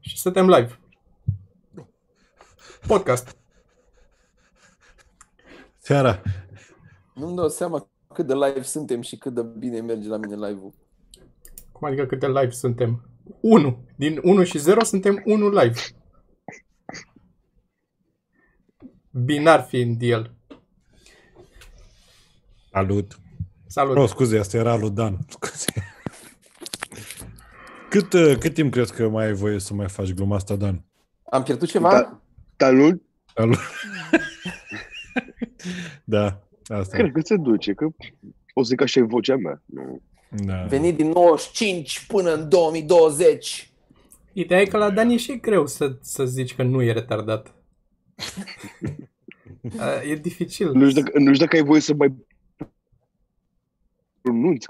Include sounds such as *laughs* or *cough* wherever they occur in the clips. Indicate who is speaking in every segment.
Speaker 1: suntem live. Podcast.
Speaker 2: Seara.
Speaker 3: Nu-mi dau seama cât de live suntem și cât de bine merge la mine live-ul.
Speaker 1: Cum adică câte live suntem? 1. Din 1 și 0 suntem 1 live. Binar fiind el.
Speaker 2: Salut.
Speaker 1: Salut.
Speaker 2: Oh, scuze, asta era lui Dan. *laughs* Scuze. Cât, uh, cât timp crezi că mai ai voie să mai faci gluma asta, Dan?
Speaker 3: Am pierdut ceva?
Speaker 4: Da. Talul,
Speaker 2: Al- da, asta.
Speaker 4: cred că se duce, că o să zic așa e vocea mea. Nu.
Speaker 2: Da.
Speaker 3: Venit din 95 până în 2020.
Speaker 1: Ideea e că la Dan e și greu să, să zici că nu e retardat. A, e dificil.
Speaker 4: Nu, știu dacă, nu știu dacă ai voie să mai pronunți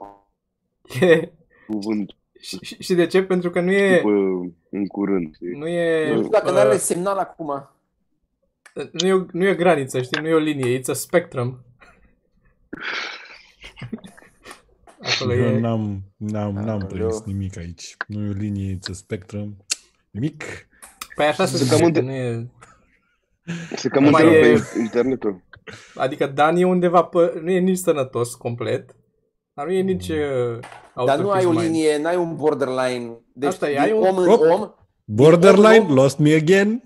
Speaker 1: E,
Speaker 4: cuvântul
Speaker 1: și, și- și de ce? Pentru că nu e...
Speaker 4: după, în curând. știi?
Speaker 1: Nu e...
Speaker 4: Nu
Speaker 3: Nu știu dacă
Speaker 1: uh,
Speaker 3: nu are semnal acum.
Speaker 1: nu, e o, nu e o graniță, știi? Nu e o linie. It's a spectrum. Acolo
Speaker 2: Eu
Speaker 1: e...
Speaker 2: n-am, n-am, n-am
Speaker 3: Acolo.
Speaker 2: prins nimic aici. Nu e o linie, it's a spectrum. Nimic.
Speaker 1: Păi așa se
Speaker 4: Să
Speaker 1: zice,
Speaker 4: cam
Speaker 1: că
Speaker 4: între-
Speaker 1: nu e...
Speaker 4: Se cam
Speaker 1: Mai
Speaker 4: întrerupe
Speaker 1: e-
Speaker 4: internetul.
Speaker 1: Adică Dan e undeva pe... Nu e nici sănătos complet, dar nu e nici...
Speaker 2: Mm.
Speaker 1: Uh, out
Speaker 3: Dar
Speaker 1: of
Speaker 3: nu
Speaker 1: his
Speaker 3: ai o
Speaker 1: mind.
Speaker 3: linie, n-ai un borderline. Deci
Speaker 1: Asta e,
Speaker 3: din
Speaker 1: ai un-
Speaker 3: om în
Speaker 2: Hop.
Speaker 3: om,
Speaker 2: Borderline, lost me again.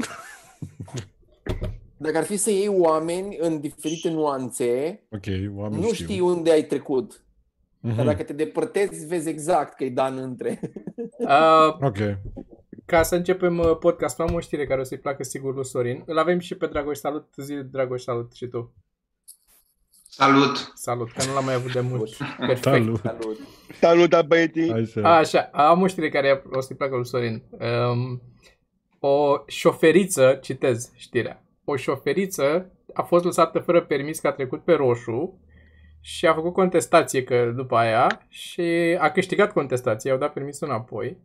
Speaker 3: dacă ar fi să iei oameni în diferite nuanțe,
Speaker 2: Ok, oameni
Speaker 3: nu știi unde ai trecut. Dar
Speaker 1: Hmm.
Speaker 2: Mhm.
Speaker 3: dacă te depărtezi, vezi exact că e Dan între. *laughs*
Speaker 1: Uh,
Speaker 2: Ok.
Speaker 1: ca să începem uh, podcastul, am o știre care o să-i placă sigur lui Sorin. Îl avem și pe Dragoș Salut. Zi, Dragoș Salut și tu.
Speaker 5: Salut!
Speaker 1: Salut, că nu l-am mai avut de mult. Perfect.
Speaker 2: Salut.
Speaker 3: Salut.
Speaker 4: Salut, Da, băieții!
Speaker 2: Așa.
Speaker 1: Așa, am o știre care o să-i placă lui Sorin. Um, o șoferiță, citez știrea, o șoferiță a fost lăsată fără permis că a trecut pe roșu și a făcut contestație că după aia și a câștigat contestație, i-au dat permisul înapoi.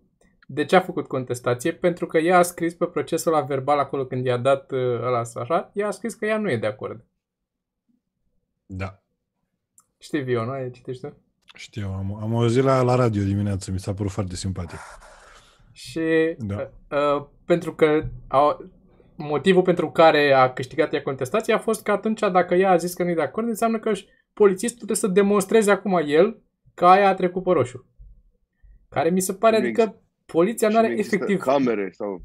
Speaker 1: De ce a făcut contestație? Pentru că ea a scris pe procesul la verbal acolo când i-a dat uh, ăla sau așa, ea a scris că ea nu e de acord.
Speaker 2: Da.
Speaker 1: Știi, Vio, nu? Ai citești tu?
Speaker 2: Știu, am, am auzit la, la radio dimineață, mi s-a părut foarte simpatic.
Speaker 1: Și
Speaker 2: Da.
Speaker 1: uh, pentru că au, motivul pentru care a câștigat ea contestația a fost că atunci dacă ea a zis că nu e de acord, înseamnă că își- polițistul trebuie să demonstreze acum el că aia a trecut pe roșu. Care mi se pare,
Speaker 4: Nu
Speaker 1: adică poliția nu
Speaker 4: Și
Speaker 1: are
Speaker 4: nu există
Speaker 1: efectiv...
Speaker 4: Camere sau...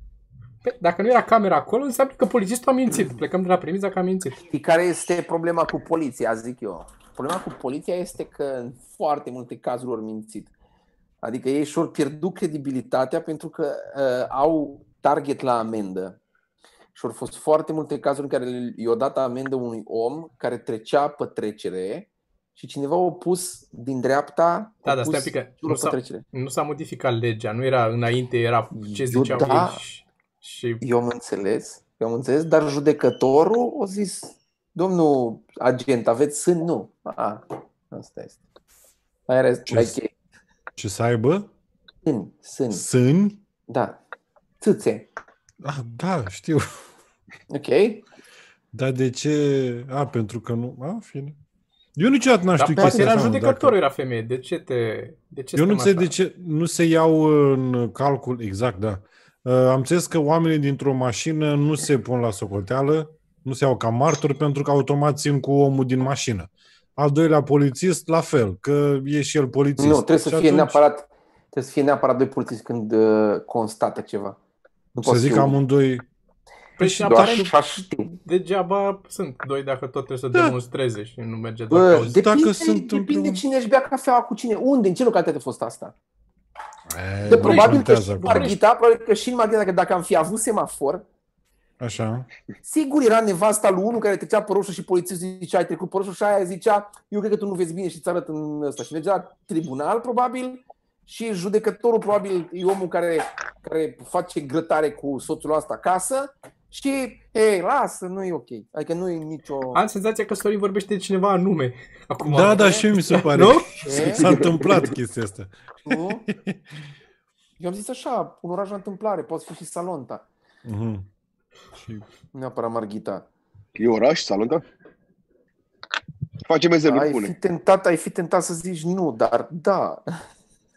Speaker 1: Pe- Dacă nu era camera acolo, înseamnă că polițistul a mințit. Plecăm de la premiza că a mințit.
Speaker 3: Știi care este problema cu poliția, zic eu? Problema cu poliția este că în foarte multe cazuri ori mințit. Adică ei și-or pierdut credibilitatea pentru că uh, au target la amendă. Și au fost foarte multe cazuri în care i-o dat amendă unui om care trecea pe trecere și cineva o pus din dreapta,
Speaker 1: Da,
Speaker 3: o
Speaker 1: da,
Speaker 3: pus
Speaker 1: stai un pic că
Speaker 3: jură
Speaker 1: nu
Speaker 3: pe
Speaker 1: s-a-
Speaker 3: trecere.
Speaker 1: Nu s-a modificat legea, nu era înainte, era ce
Speaker 3: Eu
Speaker 1: ziceau
Speaker 3: da.
Speaker 1: ei și, și
Speaker 3: Eu am înțeles, eu am înțeles, dar judecătorul a zis, domnul agent, aveți sân? Nu. A, asta este. Mai rest,
Speaker 2: Ce
Speaker 3: mai
Speaker 2: s-
Speaker 3: chestii.
Speaker 2: Ce să aibă?
Speaker 3: Mm. sân, sân,
Speaker 2: Sâni?
Speaker 3: da. Țâțe,
Speaker 2: Ah, da, știu.
Speaker 3: ok?
Speaker 2: Dar de ce? A, pentru că nu... A, în fine. Eu niciodată n-am
Speaker 1: Dar
Speaker 2: știut
Speaker 1: poate era
Speaker 2: asta, mă,
Speaker 1: judecătorul, era femeie. De ce te... De ce
Speaker 2: Eu nu
Speaker 1: stăm
Speaker 2: înțeleg de
Speaker 1: așa?
Speaker 2: ce nu se iau în calcul, exact, da. Uh, Am înțeles că oamenii dintr-o mașină nu se pun la socoteală, nu se iau ca martori pentru că automat țin cu omul din mașină. Al doilea polițist, la fel, că e și el polițist.
Speaker 3: Nu, trebuie să
Speaker 2: Și
Speaker 3: fie
Speaker 2: atunci
Speaker 3: neapărat, trebuie să fie neapărat doi polițiști când uh, constată ceva. Nu
Speaker 2: Să
Speaker 3: poți
Speaker 2: zic
Speaker 3: fi unul.
Speaker 2: amândoi,
Speaker 1: Păi
Speaker 2: da.
Speaker 1: și
Speaker 3: doar
Speaker 1: aparent
Speaker 3: așa știu.
Speaker 1: degeaba sunt doi dacă tot trebuie să
Speaker 2: Da.
Speaker 1: demonstreze și nu merge doar
Speaker 3: Bă,
Speaker 1: cauza.
Speaker 3: depinde,
Speaker 2: dacă
Speaker 3: dacă
Speaker 2: sunt
Speaker 3: sunt depinde
Speaker 2: împreună.
Speaker 3: cine își bea cafeaua cu cine, unde, în ce localitate a fost asta.
Speaker 2: e,
Speaker 3: De
Speaker 2: eh, nu
Speaker 3: probabil că
Speaker 2: contează
Speaker 3: și în
Speaker 2: acum.
Speaker 3: Marghita, probabil că și în Marghita, dacă, dacă am fi avut semafor,
Speaker 2: Așa.
Speaker 3: Sigur era nevasta lui unul care trecea pe roșu și polițistul zicea ai trecut pe roșu și aia zicea eu cred că tu nu vezi bine și ți arăt în ăsta. Și mergea la tribunal probabil și judecătorul probabil e omul care, care face grătare cu soțul ăsta acasă și ei, lasă, nu e ok. Adică nu e nicio...
Speaker 1: Am senzația că Sorin vorbește de cineva anume. Acum,
Speaker 2: Da, da, și mi se pare.
Speaker 1: Nu?
Speaker 3: E?
Speaker 2: S-a întâmplat chestia asta.
Speaker 3: Nu? Eu am zis așa, un oraj la întâmplare, poate fi și Salonta.
Speaker 2: Mhm. Și
Speaker 3: Nu Neapărat Marghita.
Speaker 4: E oraș, salonta? Facem exemple
Speaker 3: Ai fi,
Speaker 4: bune.
Speaker 3: tentat, ai fi tentat să zici nu, dar da,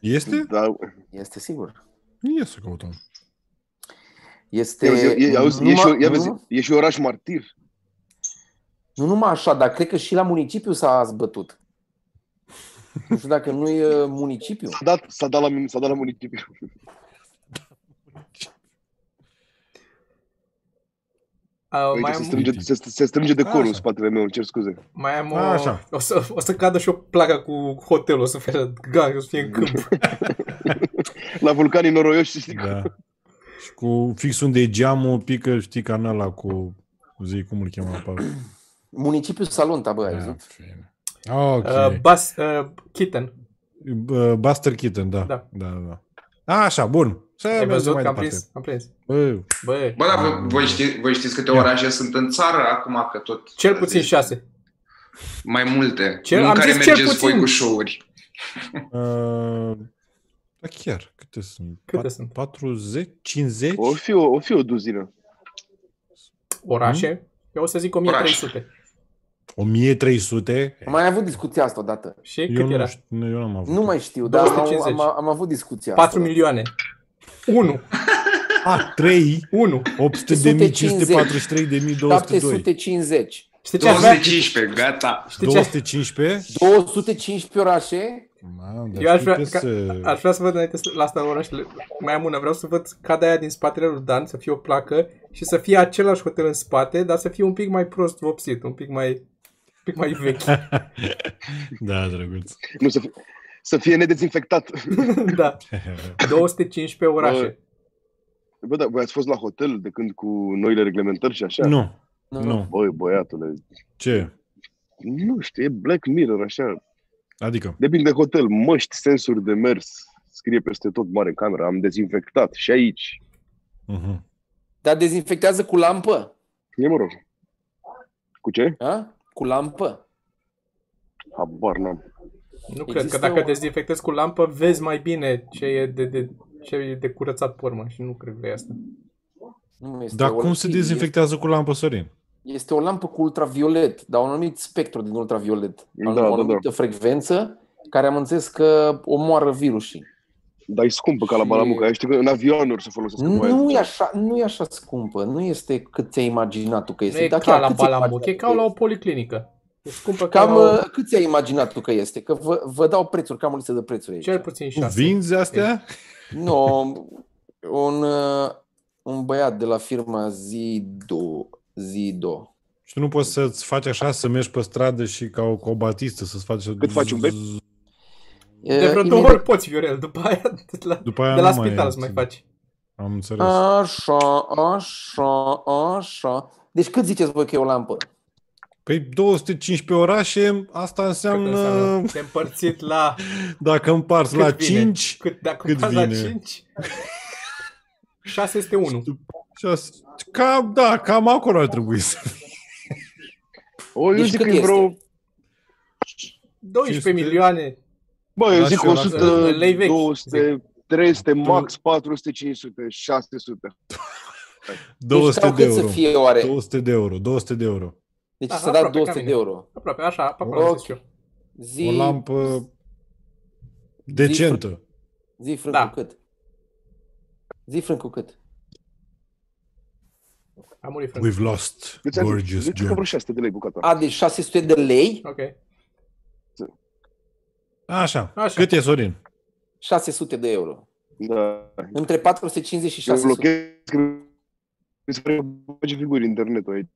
Speaker 2: Este?
Speaker 4: Dar
Speaker 3: este sigur.
Speaker 2: Ia să căutăm.
Speaker 3: Este
Speaker 4: E, e, e, auzi, e, și,
Speaker 3: numai-
Speaker 4: o- ia vezi,
Speaker 3: nu,
Speaker 4: e și oraș martir.
Speaker 3: nu numai așa, dar cred că și la municipiu s-a zbătut. Nu știu dacă nu e uh, municipiu.
Speaker 4: S-a dat, s-a dat, la, min- s-a dat la municipiu.
Speaker 1: Uh,
Speaker 4: Uite,
Speaker 1: mai,
Speaker 4: se
Speaker 1: am,
Speaker 4: strânge, se, se strânge decorul în
Speaker 2: Așa.
Speaker 4: spatele meu, îmi cer scuze.
Speaker 1: mai am o...
Speaker 2: A, așa.
Speaker 1: O, să, o să cadă și o placa cu hotelul, o să fie, gang, o să fie în câmp.
Speaker 4: La vulcanii noroioși, știi cum?
Speaker 2: Da. Și cu fix unde geamul pică, știi, ca în ăla cu, zi, cum îl chema pe ăla?
Speaker 3: Municipiul Salonta, bă, ai
Speaker 2: Da,
Speaker 3: văzut?
Speaker 2: fine. Ah, Ok.
Speaker 1: Uh, Bas, uh, Kitten.
Speaker 2: Da, B- Buster Keaton, da.
Speaker 1: Da.
Speaker 2: Da, da. da. Așa, bun. Să
Speaker 1: Ai
Speaker 2: mergem
Speaker 1: văzut
Speaker 2: mai
Speaker 1: că am
Speaker 2: departe.
Speaker 1: prins? Am prins.
Speaker 2: Bă, uh,
Speaker 1: Bă,
Speaker 5: Bă, dar voi- voi, știți, voi știți câte
Speaker 2: Ia.
Speaker 5: orașe sunt în țară acum, că tot...
Speaker 1: cel puțin
Speaker 5: zici,
Speaker 1: șase.
Speaker 5: Mai multe.
Speaker 1: Cel-
Speaker 5: Cel, în
Speaker 1: am
Speaker 5: care
Speaker 1: zis cel
Speaker 5: mergeți
Speaker 1: puțin.
Speaker 5: voi cu show-uri.
Speaker 2: uh, da, chiar, câte sunt?
Speaker 1: Câte
Speaker 2: Pat-
Speaker 1: sunt?
Speaker 2: 40? 50?
Speaker 4: O fi o, o, fi o duzină.
Speaker 1: Orașe? Eu o să zic 1300.
Speaker 2: 1300?
Speaker 3: Am mai avut discuția asta odată.
Speaker 1: Și
Speaker 2: Eu
Speaker 1: cât
Speaker 2: nu,
Speaker 1: era?
Speaker 2: știu, eu n-am avut.
Speaker 3: Nu mai știu, dar am,
Speaker 1: 250.
Speaker 3: am, am avut discuția
Speaker 1: 4
Speaker 3: asta.
Speaker 1: milioane. 1.
Speaker 2: A, 3,
Speaker 1: 1.
Speaker 2: 800 de mii, 543 de mii, 202.
Speaker 3: 750.
Speaker 1: Știi ce aș vrea?
Speaker 5: 215, gata.
Speaker 1: Știi ce?
Speaker 2: 215?
Speaker 3: 215 orașe?
Speaker 2: Mamă,
Speaker 1: Eu aș
Speaker 2: dar
Speaker 1: vrea
Speaker 2: știi
Speaker 1: ca-
Speaker 2: să...
Speaker 1: Aș vrea să văd înainte să- la asta orașele. Mai am una, vreau să văd cada aia din spatele lui Dan, să fie o placă și să fie același hotel în spate, dar să fie un pic mai prost vopsit, un pic mai un pic mai
Speaker 2: *laughs*
Speaker 1: vechi.
Speaker 2: Da, drăguț.
Speaker 4: Nu, să, fie, să fie nedezinfectat.
Speaker 1: da. 215 orașe.
Speaker 4: Bă, dar voi ați fost la hotel de când cu noile reglementări și așa?
Speaker 2: nu, nu.
Speaker 4: Băi, băiatule,
Speaker 2: Ce?
Speaker 4: nu știu, e Black Mirror, așa.
Speaker 2: Adică,
Speaker 4: Depinde de hotel, măști, sensuri de mers, scrie peste tot mare în cameră, am dezinfectat și aici.
Speaker 2: uh-huh.
Speaker 3: Dar dezinfectează cu lampă?
Speaker 4: E mă rog. Cu ce?
Speaker 3: A? Cu lampă?
Speaker 4: Habar n-am.
Speaker 1: Nu cred că
Speaker 3: Există
Speaker 1: dacă
Speaker 3: o-
Speaker 1: dezinfectezi cu lampă, vezi mai bine ce e de, de ce e de curățat pe urmă și nu cred că e asta.
Speaker 3: Nu este
Speaker 2: dar
Speaker 3: o-
Speaker 2: cum se dezinfectează cu lampă, Sorin?
Speaker 3: Este o lampă cu ultraviolet, dar un anumit spectru din ultraviolet, da,
Speaker 4: Da, da,
Speaker 3: o
Speaker 4: da.
Speaker 3: anumită da. frecvență, care am înțeles că omoară virusii.
Speaker 4: Dar e scumpă ca la
Speaker 3: Și-
Speaker 4: Balamuca. Eu știu că în avionuri se folosesc. cu aia.
Speaker 3: Nu e, așa, nu e așa scumpă, nu este cât ți-ai imaginat tu că
Speaker 1: Nu
Speaker 3: este.
Speaker 1: e
Speaker 3: Da,
Speaker 1: ca
Speaker 3: chiar,
Speaker 1: la
Speaker 3: cât ți-ai
Speaker 1: Balamuc, e
Speaker 3: imaginat
Speaker 1: ca
Speaker 3: tu
Speaker 1: la
Speaker 3: că
Speaker 1: o policlinică. E scumpă
Speaker 3: este? Cam
Speaker 1: ca la o,
Speaker 3: uh, cât ți-ai imaginat tu că este? Că vă, vă dau prețuri, cam o listă de prețuri aici.
Speaker 1: cel puțin
Speaker 2: Tu
Speaker 1: 6.
Speaker 2: vinzi astea?
Speaker 3: Nu, un, uh, un băiat de la firma Zido, Zido.
Speaker 2: Și tu nu poți să-ți faci așa, să mergi pe stradă și ca o, cu o batistă să-ți faci...
Speaker 4: Cât faci un bec?
Speaker 1: De
Speaker 3: Uh,
Speaker 1: vreo două
Speaker 3: imediat-
Speaker 1: ori poți, Viorel, după aia de la,
Speaker 2: După aia
Speaker 1: de la
Speaker 2: nu
Speaker 1: spital
Speaker 2: mai
Speaker 1: să mai faci.
Speaker 2: Am înțeles.
Speaker 3: Ah. Așa, așa, așa. Deci cât ziceți voi că e o lampă? Deci
Speaker 2: Păi 215 orașe, asta
Speaker 1: Cât
Speaker 2: înseamnă,
Speaker 1: înseamnă? Te împărțit la
Speaker 2: dacă împarți
Speaker 1: Cât
Speaker 2: la
Speaker 1: vine?
Speaker 2: 5,
Speaker 1: cât, dacă
Speaker 2: Cât
Speaker 1: Cât la
Speaker 2: vine?
Speaker 1: *laughs* 5, 601.
Speaker 2: șase- cam, da, cam acolo ar trebui să fie.
Speaker 4: O, eu
Speaker 3: Deci
Speaker 4: zic
Speaker 3: cât
Speaker 4: că e
Speaker 3: este?
Speaker 4: vreo...
Speaker 1: 12
Speaker 2: 500.
Speaker 1: milioane.
Speaker 4: Bă, eu
Speaker 2: Lasă
Speaker 4: zic
Speaker 2: eu, lasă
Speaker 4: 100,
Speaker 1: eu. Lei vechi,
Speaker 4: 200, 300, max 400, 500, 600.
Speaker 3: Deci
Speaker 2: 200
Speaker 3: sau
Speaker 2: de
Speaker 3: cât să
Speaker 2: euro.
Speaker 3: fie oare?
Speaker 2: 200 de euro, 200 de euro.
Speaker 3: Deci
Speaker 1: Aha,
Speaker 3: să dau
Speaker 1: aproape ca
Speaker 3: 200 de
Speaker 1: mine.
Speaker 3: euro.
Speaker 1: Aproape, așa, pe acolo
Speaker 3: Ok.
Speaker 1: am zis eu.
Speaker 3: Zi,
Speaker 2: O lampă decentă.
Speaker 3: zi frâncu
Speaker 1: Da.
Speaker 3: da. cât? Zi frâncu cât?
Speaker 1: Am murit frate.
Speaker 2: We've lost
Speaker 1: Deci, adică,
Speaker 4: Eu ți-am zis-
Speaker 2: gorgeous
Speaker 4: eu zic că vreo
Speaker 2: George.
Speaker 4: 600 de lei bucata.
Speaker 3: A, deci 600 de lei?
Speaker 1: Ok.
Speaker 2: Așa.
Speaker 1: Așa.
Speaker 2: Cât e, Sorin?
Speaker 3: 600 de euro.
Speaker 4: Da.
Speaker 3: Între 450 și
Speaker 4: Eu
Speaker 3: 600.
Speaker 4: blochez că mi se pare că face figuri internetul aici.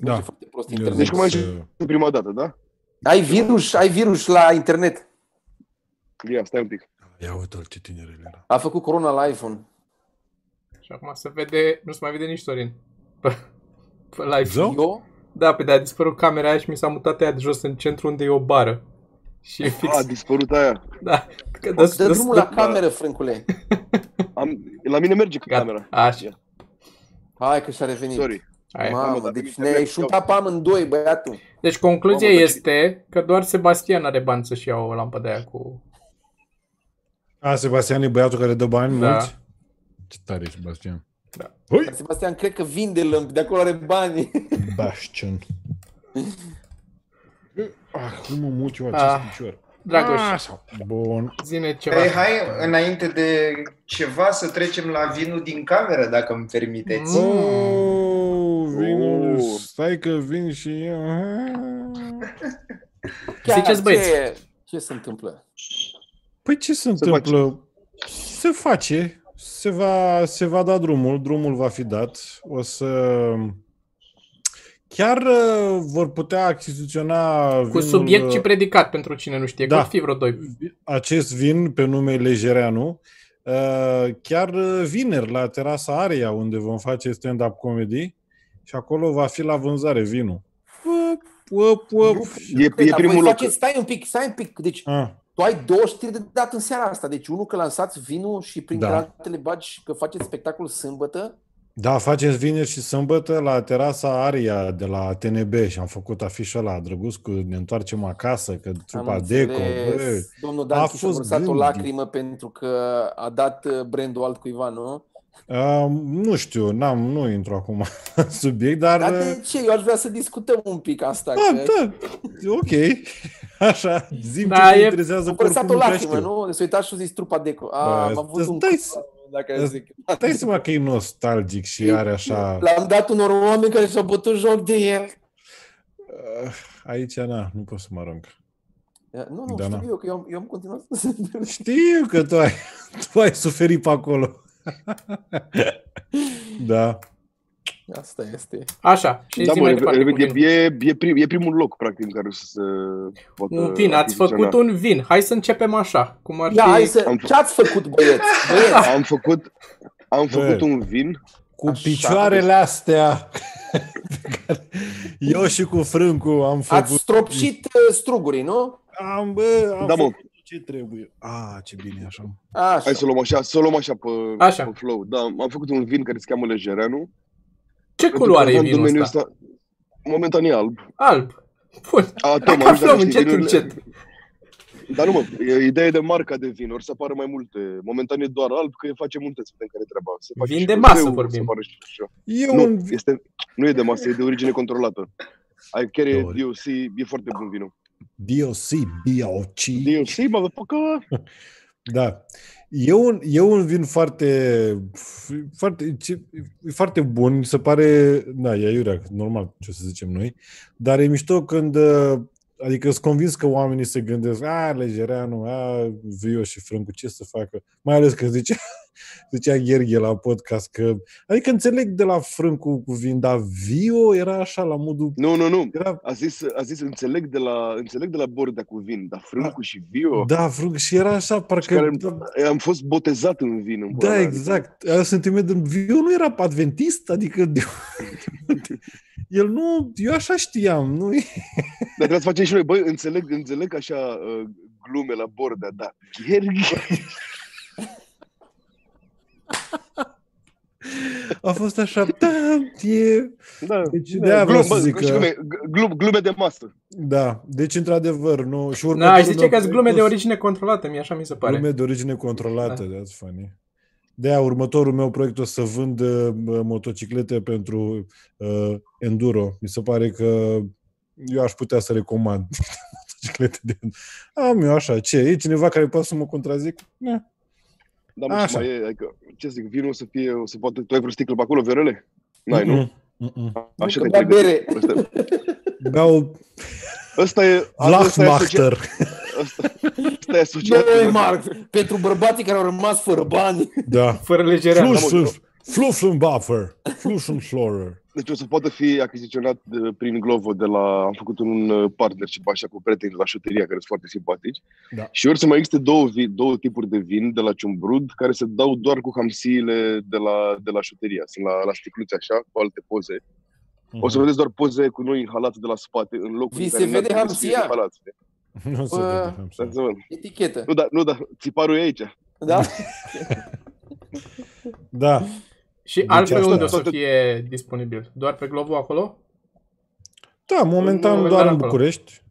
Speaker 3: Merge
Speaker 2: Da.
Speaker 3: Foarte prost
Speaker 2: Eu
Speaker 3: internet.
Speaker 4: Deci cum ai
Speaker 2: zic
Speaker 4: zis?
Speaker 2: să-
Speaker 4: De prima dată, da?
Speaker 3: Ai virus, ai virus la internet.
Speaker 4: Ia, stai un pic.
Speaker 2: Ia uite-l ce tinerel era.
Speaker 3: A făcut corona la iPhone.
Speaker 1: Și acum se vede, nu se mai vede nici Sorin. Pe, pe live.
Speaker 2: Zău?
Speaker 3: Eu?
Speaker 1: Da, pe de a dispărut camera aia și mi s-a mutat aia de jos în centru unde e o bară. Și e fix.
Speaker 4: A, a dispărut aia.
Speaker 1: Da. Că dă,
Speaker 3: Dă drumul la cameră, frâncule.
Speaker 4: Am, la mine merge cu
Speaker 1: Gata.
Speaker 4: camera.
Speaker 1: Așa.
Speaker 3: Hai că și-a revenit.
Speaker 4: Sorry.
Speaker 1: Hai.
Speaker 4: Mamă,
Speaker 3: Mamă,
Speaker 4: dar
Speaker 3: deci
Speaker 4: din
Speaker 3: ne-ai
Speaker 4: internet-
Speaker 3: șutat pe amândoi, băiatul.
Speaker 1: Deci concluzia
Speaker 4: Mamă, dar ce-
Speaker 1: este că doar Sebastian are bani să-și ia o lampă de aia cu...
Speaker 2: A, Sebastian e băiatul care dă bani
Speaker 1: Da.
Speaker 2: mulți? Ce tare e, Sebastian.
Speaker 1: Da.
Speaker 2: Ui!
Speaker 3: Dar Sebastian cred că vinde lămpi, de acolo are bani.
Speaker 2: Bastion. Ah, cum mă mut eu
Speaker 1: acest
Speaker 2: acest
Speaker 1: Ah.
Speaker 2: picior?
Speaker 1: Dragoș,
Speaker 2: Așa. Bun.
Speaker 1: zine ceva.
Speaker 6: Păi, hai, înainte de ceva, să trecem la vinul din cameră, dacă îmi permiteți.
Speaker 1: Mm.
Speaker 2: Oh, vinul,
Speaker 4: Oh.
Speaker 2: stai că vin și eu. Ah.
Speaker 1: Ziceți, băieți.
Speaker 3: ce, ce se întâmplă?
Speaker 2: Păi ce se
Speaker 4: Se
Speaker 2: întâmplă? Se face, se va, se va da drumul, drumul va fi dat, o să... Chiar uh, vor putea achiziționa
Speaker 1: Cu
Speaker 2: vinul,
Speaker 1: subiect și
Speaker 2: uh,
Speaker 1: predicat pentru cine nu știe.
Speaker 2: Da.
Speaker 1: Da. Pot fi vreo doi.
Speaker 2: acest vin pe nume Lejereanu, uh, chiar uh, vineri la terasa Aria, unde vom face stand-up comedy și acolo va fi la vânzare vinul. Up, up, up.
Speaker 4: E, e
Speaker 3: Păi, Dar
Speaker 4: primul
Speaker 3: voi
Speaker 4: loc.
Speaker 3: faceți- Stai un pic, stai un pic. Deci,
Speaker 2: Ah,
Speaker 3: Tu ai două știri de dat în seara asta. Deci unul că lansați vinul și prin
Speaker 2: Da.
Speaker 3: da. altele bagi că faceți spectacol sâmbătă.
Speaker 2: Da, faceți vineri și sâmbătă la terasa Aria de la TNB și am făcut afișul ăla drăguț cu ne întoarcem acasă, că trupa Deco. Bă,
Speaker 3: înțeles. Domnul
Speaker 2: a
Speaker 3: Dan Chiș a
Speaker 2: fost
Speaker 3: vărsat o
Speaker 2: gând.
Speaker 3: lacrimă pentru că a dat uh, brandul altcuiva, nu?
Speaker 2: a, nu știu, n-am, nu intru acum în *laughs* subiect, dar... eh, uh,
Speaker 3: Dar de ce? Eu aș vrea să discutăm un pic asta.
Speaker 2: Da,
Speaker 3: că
Speaker 2: da, ok. *laughs* Așa, zi
Speaker 1: Da,
Speaker 2: da, ce
Speaker 1: e-
Speaker 2: te interesează
Speaker 3: Am
Speaker 2: pe oricum
Speaker 3: vărsat o
Speaker 2: nu prea
Speaker 3: lacrimă,
Speaker 2: știu.
Speaker 3: nu? S-a uitat și a zis trupa Deco.
Speaker 2: Bă,
Speaker 3: A, am avut
Speaker 2: îți
Speaker 3: un
Speaker 2: dai
Speaker 3: cul,
Speaker 2: să-
Speaker 3: dacă
Speaker 2: îți-
Speaker 3: zic.
Speaker 2: Dai seama că e nostalgic și are
Speaker 3: *laughs*
Speaker 2: așa...
Speaker 3: L-am dat unor oameni care și-au bătut joc de el.
Speaker 2: Uh, Aici, na, nu pot să mă arunc.
Speaker 3: Eh, Nu, nu,
Speaker 2: Da, na.
Speaker 3: știu eu că eu am, eu am continuat
Speaker 2: Știu că tu ai, *laughs* tu ai suferit pe acolo. da.
Speaker 3: *laughs* Asta este.
Speaker 1: Așa, și
Speaker 4: Da,
Speaker 1: zi
Speaker 4: mă,
Speaker 1: mai
Speaker 4: e,
Speaker 1: departe. cu vinul.
Speaker 4: e, e, e, prim, e primul loc, practic, în care o să se poată
Speaker 1: Un vin, ați făcut
Speaker 4: achiziționa.
Speaker 1: un vin. Hai să începem așa. Cum ar fi...
Speaker 3: Ia, Da, hai să...
Speaker 4: am-
Speaker 3: Ce ați făcut, băieți? Băieți,
Speaker 4: Am făcut, am făcut un vin
Speaker 2: Cu
Speaker 3: Așa,
Speaker 2: picioarele astea. *laughs* pe care- Eu și cu Frâncu am
Speaker 3: ați
Speaker 2: făcut...
Speaker 3: stropșit uh, strugurii, nu?
Speaker 2: Am, bă, am
Speaker 4: Da, mă.
Speaker 2: făcut ce trebuie. A, ce bine e așa.
Speaker 3: Așa.
Speaker 4: Hai să o luăm așa, să o luăm așa pe,
Speaker 1: Așa.
Speaker 4: așa. pe flow. Da, am făcut un vin care se cheamă Lejereanu.
Speaker 1: Ce culoare e
Speaker 4: Pentru că în
Speaker 1: vinul
Speaker 4: domeniul
Speaker 1: ăsta?
Speaker 4: ăsta- Momentan e alb.
Speaker 1: Alb. Bun.
Speaker 4: A, Tom,
Speaker 1: Dacă
Speaker 4: am
Speaker 1: aflăm
Speaker 4: știi
Speaker 1: încet,
Speaker 4: vinurile-
Speaker 1: încet.
Speaker 4: Dar nu mă, e- ideea e de marca de vinuri, să apară mai multe. Momentan e doar alb, că face multe să vedem care e treaba. Se face
Speaker 1: Vin
Speaker 4: și
Speaker 1: de
Speaker 4: un
Speaker 1: masă
Speaker 4: zeu,
Speaker 1: vorbim.
Speaker 4: se pare și așa.
Speaker 2: E un...
Speaker 4: Nu, este, nu e de masă, e de origine controlată. Ai chiar e
Speaker 2: Două ori.
Speaker 4: DOC, e foarte bun vinul.
Speaker 2: DOC, BOC.
Speaker 4: DOC, mă, că...
Speaker 2: Da. E un, e un vin foarte, foarte, ce- e foarte bun, mi se pare, da, e aiurea, normal ce o să zicem noi, dar e mișto când, uh, adică sunt convins că oamenii se gândesc, a, Lejereanu, a, Vio și Frâncu, ce să facă? Mai ales că zicea, *laughs* zicea Gherghe la podcast că, adică înțeleg de la Frâncu cu vin, dar Vio era așa la modul,
Speaker 4: Nu, nu, nu.
Speaker 2: era,
Speaker 4: A zis, a zis înțeleg, de la, înțeleg de la Bordea cu vin, dar Frâncu și Vio...
Speaker 2: da, Frâncu, și era așa, parcă,
Speaker 4: care-
Speaker 2: da,
Speaker 4: Am fost botezat în vin. În pula
Speaker 2: Da,
Speaker 4: mea,
Speaker 2: exact. Adică... Sentiment de... Eu nu era adventist, adică... De... *laughs* El nu... Eu așa știam. Nu...
Speaker 4: Dar trebuie să facem și noi, băi, înțeleg, înțeleg așa uh, glume la bordea, da.
Speaker 2: *laughs*
Speaker 4: Gherghe,
Speaker 2: A fost așa... Da, e...
Speaker 4: da.
Speaker 2: Deci de-aia vreau
Speaker 4: glum-
Speaker 2: să
Speaker 4: bă,
Speaker 2: zic că...
Speaker 4: glume, gl- glume, glume de masă.
Speaker 2: Da, deci într-adevăr... Nu... Și
Speaker 1: Da, aș
Speaker 2: următorul
Speaker 1: zice
Speaker 2: meu
Speaker 1: că sunt glume de
Speaker 2: proiect-
Speaker 1: origine controlată, mi așa mi se pare.
Speaker 2: Glume de origine controlată, da. that's funny. De-aia următorul meu proiect o să vând uh, motociclete pentru uh, enduro. Mi se pare că eu aș putea să recomand *laughs* motociclete de enduro. Am eu așa, ce? E cineva care poate să mă contrazic? Ne.
Speaker 4: Da, mă, și
Speaker 2: Așa.
Speaker 4: mai e, adică, ce zic, vinul o să fie, o să poată, tu ai vreo sticlă pe acolo, Viorele? N-ai, nu? Așa
Speaker 3: că
Speaker 4: te
Speaker 3: bea
Speaker 4: pregătit. Asta-
Speaker 2: Beau
Speaker 4: Ăsta e... asta e asocia-
Speaker 2: Vlachmachter.
Speaker 4: Asta asta e asociat.
Speaker 3: Băi, Marc, pentru bărbații care au rămas fără bani.
Speaker 2: *laughs* Da.
Speaker 1: Fără lejerea.
Speaker 4: am
Speaker 2: Flus în,
Speaker 4: auzit-o.
Speaker 2: flus în buffer. Flus în florer.
Speaker 4: Deci o să poată fi achiziționat uh, prin Glovo de la... Am făcut un uh, partnership așa cu prieteni de la șuteria care sunt foarte simpatici.
Speaker 2: Da.
Speaker 4: Și ori să mai existe două, vi- două tipuri de vin de la Ciumbrud care se dau doar cu hamsiile de la, de la șuteria. Sunt la, la sticluțe așa, cu alte poze. O să vedeți doar poze cu noi în halat de la spate, în
Speaker 3: Mhm.
Speaker 4: locul
Speaker 3: Vi
Speaker 4: în
Speaker 3: se
Speaker 4: care n-ar
Speaker 3: vede
Speaker 4: trebui să fie
Speaker 3: hamsia?
Speaker 4: halat.
Speaker 2: Nu se
Speaker 3: Bă.
Speaker 2: vede. am să-
Speaker 4: Dați-vă.
Speaker 3: Etichetă,
Speaker 4: Nu, da, nu, da, țiparul e aici.
Speaker 3: da?
Speaker 2: Da.
Speaker 1: Și
Speaker 2: Deci
Speaker 1: altfel
Speaker 2: asta-
Speaker 1: unde o să
Speaker 4: Toate-
Speaker 1: fie disponibil? Doar pe Globo acolo?
Speaker 2: Da, momentan
Speaker 1: Momentan
Speaker 2: doar în
Speaker 1: acolo.
Speaker 2: București.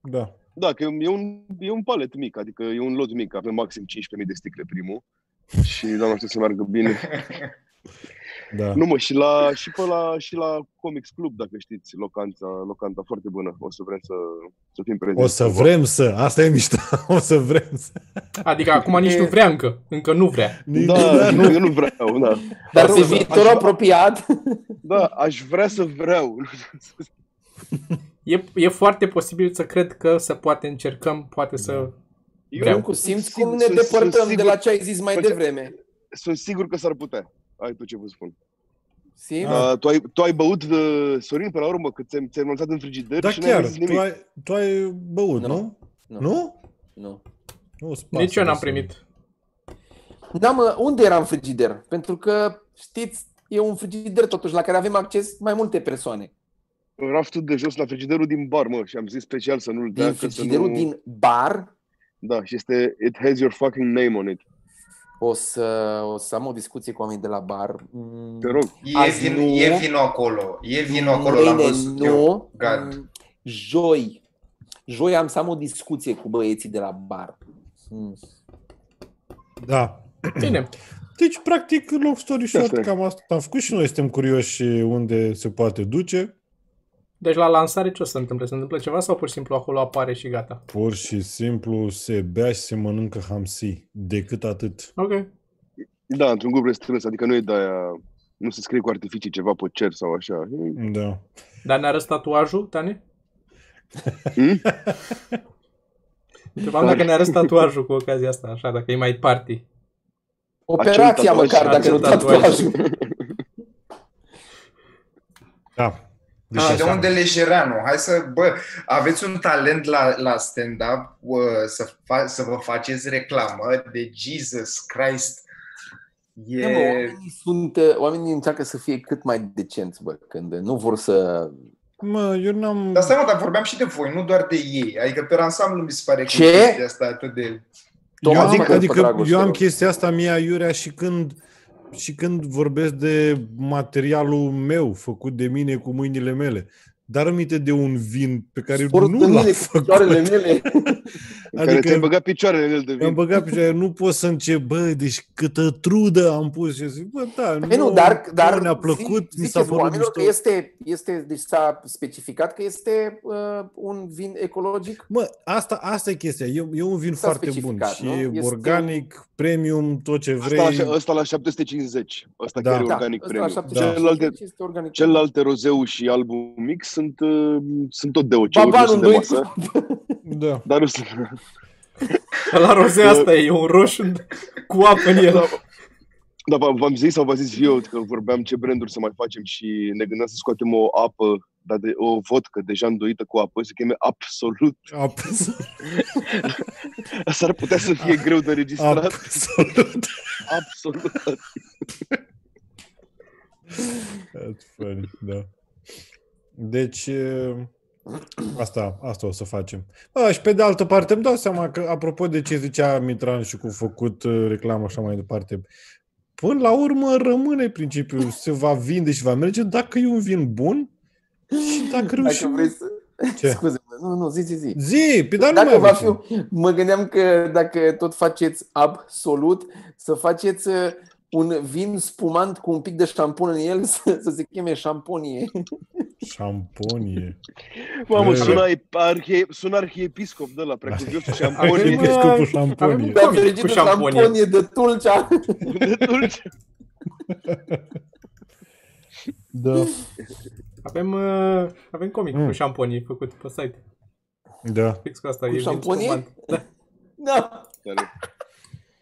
Speaker 2: Da.
Speaker 4: Da, că e un, e un palet mic, adică e un lot mic, avem maxim 15.000 de sticle primul. Și doamne știu să meargă bine.
Speaker 2: Da.
Speaker 4: Nu mă, și la, și pe la, și la Comics Club, dacă știți, locanța, locanta foarte bună. O să vrem să, să fim prezenți.
Speaker 2: O să vrem să, asta e mișto, *laughs* o să vrem să.
Speaker 1: Adică acum nici nu vrea încă. Încă nu vrea.
Speaker 4: Da, nu, eu nu vreau, da.
Speaker 3: Dar
Speaker 4: Dar
Speaker 3: pe
Speaker 4: o să-
Speaker 3: viitor apropiat,
Speaker 4: Da, aș vrea să vreau.
Speaker 1: E, e foarte posibil să cred că să poate încercăm, poate să... Vreau.
Speaker 3: eu cu simț
Speaker 4: Sunt
Speaker 3: cum ne
Speaker 4: sigur- sunt
Speaker 3: depărtăm de
Speaker 4: sigur-
Speaker 3: la ce ai zis mai
Speaker 4: Păi ce-
Speaker 3: devreme.
Speaker 4: Sunt sigur că s-ar putea. Ai tu ce vă spun.
Speaker 3: Simți?
Speaker 2: Ah.
Speaker 4: Da, tu, ai, tu ai băut, uh, Sorin, pe la urmă, că ți-ai, ți-ai lansat în frigider
Speaker 2: Da,
Speaker 4: și n-ai
Speaker 2: chiar,
Speaker 4: mai zis nimic.
Speaker 2: tu ai, tu ai băut,
Speaker 3: Nu.
Speaker 2: nu?
Speaker 3: Nu.
Speaker 2: Nu?
Speaker 3: Nu.
Speaker 2: nu îți pasă
Speaker 1: Nici eu
Speaker 2: de
Speaker 1: n-am
Speaker 2: să-
Speaker 1: primit.
Speaker 3: Da, mă, unde era în frigider? Pentru că, știți, e un frigider totuși la care avem acces mai multe persoane.
Speaker 4: Raftul de jos la frigiderul din bar, mă, și am zis special să nu-l
Speaker 3: Din
Speaker 4: dea.
Speaker 3: da,
Speaker 4: că să
Speaker 3: frigiderul
Speaker 4: nu...
Speaker 3: din bar
Speaker 4: Da, și este It has your fucking name on it.
Speaker 3: o să, o să am o discuție cu oamenii de la bar. Mm,
Speaker 4: Te rog.
Speaker 6: E,
Speaker 3: Azi
Speaker 6: vin,
Speaker 3: nu.
Speaker 6: e vinul acolo. E vinul acolo, l-am
Speaker 3: mâine
Speaker 6: văzut
Speaker 3: nu.
Speaker 6: eu. Gata.
Speaker 3: Mm, Joi. Joi am să am o discuție cu băieții de la bar. Mm.
Speaker 2: Da.
Speaker 1: Bine.
Speaker 2: Deci, practic, în long story
Speaker 4: Asta
Speaker 2: short,
Speaker 4: e.
Speaker 2: cam asta am făcut și noi suntem curioși unde se poate duce.
Speaker 1: Deci la lansare ce o să se întâmple? Se întâmplă ceva sau pur și simplu acolo apare și gata?
Speaker 2: Pur și simplu se bea și se mănâncă hamsi. Decât atât.
Speaker 1: Ok.
Speaker 4: Da, într-un grup restrâns, adică nu e de-aia... Nu se scrie cu artificii ceva pe cer sau așa. E-
Speaker 2: Da.
Speaker 1: Dar ne arăți tatuajul, Tane?
Speaker 4: Hmm?
Speaker 1: Întrebam dacă ne arăți tatuajul cu ocazia asta, așa, dacă e mai party.
Speaker 3: Operația
Speaker 4: tatuaj,
Speaker 3: măcar, dacă
Speaker 1: acel
Speaker 3: nu
Speaker 1: tatuaj.
Speaker 3: tatuajul.
Speaker 2: Da. Deci
Speaker 6: Și de
Speaker 2: asta.
Speaker 6: unde lejereanu? Hai să, bă, aveți un talent la, la stand-up uh, să, fa- să vă faceți reclamă de Jesus Christ.
Speaker 3: Da, mă,
Speaker 6: E...
Speaker 3: oamenii, sunt, uh, oamenii încearcă să fie cât mai decenți, bă, când nu vor să...
Speaker 2: Mă, eu n-am...
Speaker 6: Dar stai mă, dar vorbeam și de voi, nu doar de ei. Adică pe ansamblu mi se pare că
Speaker 3: Ce?
Speaker 6: e chestia asta atât de...
Speaker 2: Eu
Speaker 3: Toma,
Speaker 2: am,
Speaker 3: mă, că pe
Speaker 2: adică
Speaker 3: Dragoș,
Speaker 2: eu
Speaker 3: te
Speaker 2: am
Speaker 3: rog.
Speaker 2: chestia asta mie aiurea și când și când vorbesc de materialul meu făcut de mine cu mâinile mele. Dar aminte de un vin pe care
Speaker 3: Sport
Speaker 2: nu
Speaker 3: în
Speaker 2: l-am
Speaker 3: mine, cu
Speaker 2: făcut.
Speaker 3: picioarele
Speaker 2: *laughs*
Speaker 3: mele.
Speaker 4: În care
Speaker 2: Adică-
Speaker 4: ți-ai băgat picioarele în el de
Speaker 2: Mi-am
Speaker 4: vin.
Speaker 2: băgat picioare, nu pot să încep, bă, deci câtă trudă am pus. Și zic, bă, da,
Speaker 3: Păi nu, dar, dar
Speaker 2: ne-a plăcut,
Speaker 3: zi-
Speaker 2: mi s-a
Speaker 3: ziceți
Speaker 2: părut
Speaker 3: oamenilor
Speaker 2: mișto.
Speaker 3: că este, este, deci s-a specificat că este uh, un vin ecologic.
Speaker 2: Mă, asta, asta e chestia, e, e un vin
Speaker 3: S-a
Speaker 2: foarte bun
Speaker 3: specificat,
Speaker 2: și
Speaker 3: nu?
Speaker 2: e
Speaker 3: Este un-
Speaker 2: organic, premium, tot ce vrei.
Speaker 4: Asta la, asta la 750. Asta
Speaker 2: Da.
Speaker 4: chiar e
Speaker 2: Da,
Speaker 4: organic
Speaker 3: ăsta
Speaker 4: premium.
Speaker 3: la 75
Speaker 4: Celelalte,
Speaker 3: este organic.
Speaker 4: celelalte rozeu și albul mix sunt, uh, sunt tot de oce,
Speaker 3: Babanul
Speaker 4: nu sunt de
Speaker 3: doi-
Speaker 4: masă,
Speaker 2: Da.
Speaker 4: dar nu sunt...
Speaker 1: La rozea asta e, e un roșu în- cu apă în el.
Speaker 4: Da, v- v-am zis sau v-am zis eu că vorbeam ce branduri să mai facem și ne gândeam să scoatem o apă, dar de, o vodcă deja îndoită cu apă, se cheme Absolut.
Speaker 3: *laughs*
Speaker 2: Absolut.
Speaker 4: S-ar putea să fie greu de înregistrat.
Speaker 2: Absolut.
Speaker 4: Absolut.
Speaker 2: That's funny, da. Deci, e, asta, asta o să facem. A, și pe de altă parte îmi dau seama că, apropo de ce zicea Mitran și cu făcut e, reclamă așa mai departe, până la urmă rămâne principiul, se va vinde și va merge dacă e un vin bun și dacă
Speaker 3: Dacă
Speaker 2: reușim.
Speaker 3: vrei să...
Speaker 2: Ce?
Speaker 3: Scuze, nu, nu, zi, zi, zi.
Speaker 2: Zi, pe dar nu
Speaker 3: Dacă
Speaker 2: mai
Speaker 3: va
Speaker 2: avem.
Speaker 3: fi, mă gândeam că dacă tot faceți absolut, să faceți uh, un vin spumant cu un pic de șampon în el, *laughs* să, să se cheme șamponie. *laughs*
Speaker 2: Șamponie.
Speaker 4: Mamă,
Speaker 2: Da.
Speaker 4: sună, arhie, sună arhiepiscop de la Preacuviosul și Amponie.
Speaker 1: Arhiepiscop.
Speaker 2: Episcopul
Speaker 1: mă,
Speaker 2: șamponie.
Speaker 1: avem-
Speaker 3: Dar
Speaker 1: Comic
Speaker 3: fericit
Speaker 1: cu
Speaker 3: de
Speaker 1: șamponie.
Speaker 3: șamponie de Tulcea.
Speaker 2: Da.
Speaker 1: Avem, uh, avem comic
Speaker 2: Mm.
Speaker 1: cu șamponii făcut pe site.
Speaker 2: Da.
Speaker 1: Fix cu asta.
Speaker 3: Cu
Speaker 1: e vin
Speaker 3: șamponie?
Speaker 1: spumant. Da.
Speaker 3: Da.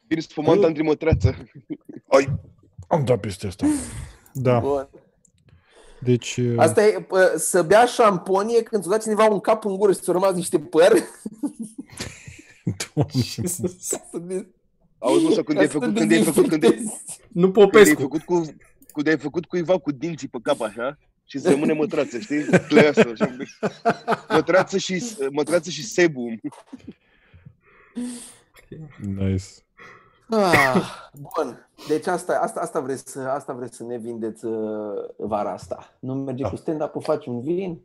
Speaker 4: Vin spumant antrimătreață.
Speaker 2: Am dat peste asta. Da.
Speaker 3: Bun.
Speaker 2: Deci, e,
Speaker 3: Asta e, pă, să bea șamponie când ți-o da cineva un cap în gură și ți-o rămas niște păr.
Speaker 2: *laughs*
Speaker 3: *laughs*
Speaker 2: Doamne,
Speaker 3: Să ne-
Speaker 4: Auzi, mă, sau când
Speaker 3: ca
Speaker 4: ai
Speaker 3: să
Speaker 4: făcut,
Speaker 3: te
Speaker 4: când ai făcut, când ai-
Speaker 3: dezinfectezi.
Speaker 1: *laughs* Nu
Speaker 4: când ai
Speaker 1: Popescu.
Speaker 4: făcut cu... Când ai făcut cuiva cu dinții pe cap așa și îți rămâne mătrață, știi? Cleasă, așa. Mătrață și, mătrață și sebum.
Speaker 2: nice.
Speaker 3: Ah, Bun. Deci asta, asta, asta, vreți, să- asta vreți să ne vindeți uh, vara asta. Nu merge
Speaker 2: Da.
Speaker 3: cu stand-up, faci un vin?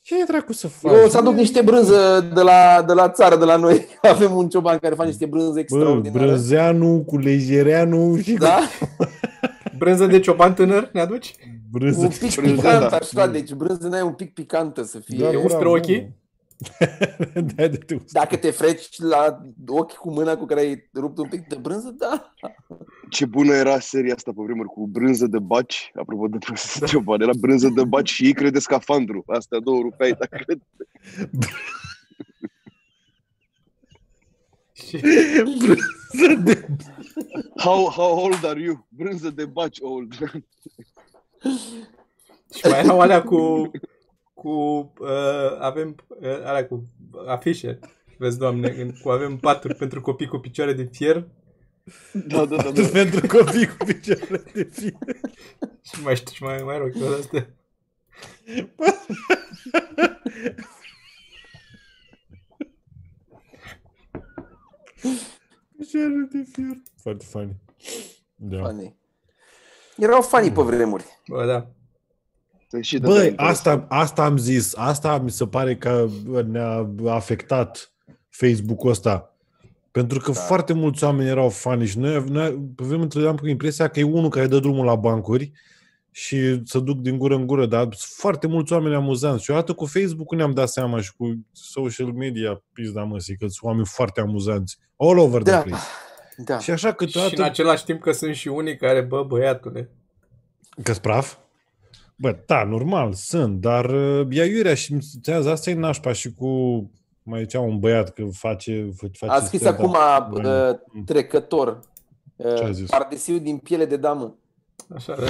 Speaker 2: Ce e dracu să faci?
Speaker 3: Eu o să aduc niște brânză de la, de la țară, de la noi. *laughs* Avem un cioban care face niște brânză
Speaker 2: Bă,
Speaker 3: extraordinare.
Speaker 2: Brăzeanu cu Lejereanu și
Speaker 3: Da?
Speaker 1: Brânză de cioban tânăr ne aduci?
Speaker 2: Brânză.
Speaker 3: Un pic
Speaker 4: brânză,
Speaker 3: picant,
Speaker 4: da.
Speaker 3: așa, deci brânză e un pic picantă să fie.
Speaker 1: Da, ustră
Speaker 2: bravo.
Speaker 1: ochii?
Speaker 2: *laughs* Da, de te ustră.
Speaker 3: Dacă te freci la ochi cu mâna cu care ai rupt un pic de brânză, da.
Speaker 4: Ce bună era seria asta pe vremuri cu brânză de baci, apropo de brânză de cioban, era brânză de baci și icre de scafandru. Astea două rupeai, da. dacă
Speaker 1: Și
Speaker 2: Brânză de...
Speaker 4: How, how old are you? Brânză de baci old.
Speaker 1: Și mai erau alea cu... cu uh, avem uh, alea cu afișe. Vezi, doamne, în- cu avem paturi pentru copii cu picioare de fier
Speaker 4: Da, da, da. da.
Speaker 2: Pentru copii cu picioare de fie.
Speaker 1: și mai știu, și mai, mai rog, toate astea.
Speaker 2: Picioare de fier. Foarte funny. Da.
Speaker 3: Funny. Erau fanii pe vremuri.
Speaker 1: Bă, da.
Speaker 4: Te- Păi Și de da.
Speaker 2: Băi,
Speaker 4: te-
Speaker 2: asta, asta am zis, asta mi se pare că ne-a afectat Facebook-ul ăsta. Pentru că da. foarte mulți oameni erau fani și noi, noi pe vremuri trăiam cu impresia că e unul care dă drumul la bancuri și să duc din gură în gură, dar sunt foarte mulți oameni amuzanți. Și odată cu Facebook ne-am dat seama și cu social media, pizda măsii, că sunt oameni foarte amuzanți. All over da.
Speaker 3: Da.
Speaker 2: the place.
Speaker 3: Da.
Speaker 2: Și așa
Speaker 1: Și în
Speaker 2: câteodată...
Speaker 1: același timp că sunt și unii care, bă, băiatule,
Speaker 2: Că-s praf? Bă, da, normal, sunt, dar uh, ia iurea și ți-a asta e nașpa și cu, mai zicea un băiat că face... fă- face
Speaker 3: A scris
Speaker 2: stand-up.
Speaker 3: acum
Speaker 2: *laughs* Bă,
Speaker 3: uh, trecător.
Speaker 2: da. Ce a
Speaker 3: Uh,
Speaker 2: zis?
Speaker 3: pardesiu din piele de damă.
Speaker 1: așa, da.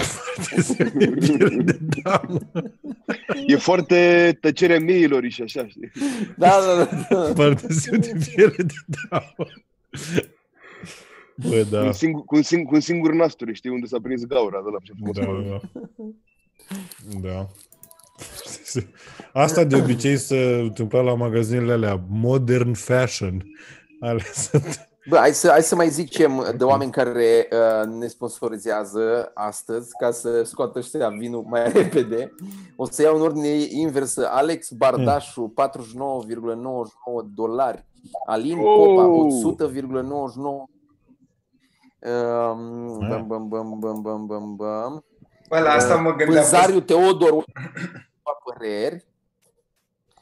Speaker 2: de piele de damă.
Speaker 4: E foarte tăcerea mieilor și așa, știi?
Speaker 3: Da, da,
Speaker 2: *laughs*
Speaker 3: da.
Speaker 2: Pardesiu de piele de damă. Bă,
Speaker 4: Cu,
Speaker 2: da.
Speaker 4: un singur, cu, un singur, cu un singur nasturi, știi, unde s-a prins gaura de la ce frumos.
Speaker 2: Da, da. da. Asta de obicei se întâmpla la magazinele alea modern fashion. Ale sunt...
Speaker 3: Bă, hai să, hai să mai zicem de oameni care uh, ne sponsorizează astăzi ca să scoată ăștia vinul mai *laughs* repede. O să iau în ordine inversă. Alex Bardașu, 49,99 dolari. Alin Popa,
Speaker 4: Oh!
Speaker 3: 100,99 Um,
Speaker 2: Ah.
Speaker 3: bam, bam, bam, bam, bam, bam, bam.
Speaker 6: Bă, la asta mă gândeam.
Speaker 3: Pânzariu Teodor, *clears throat* păreri.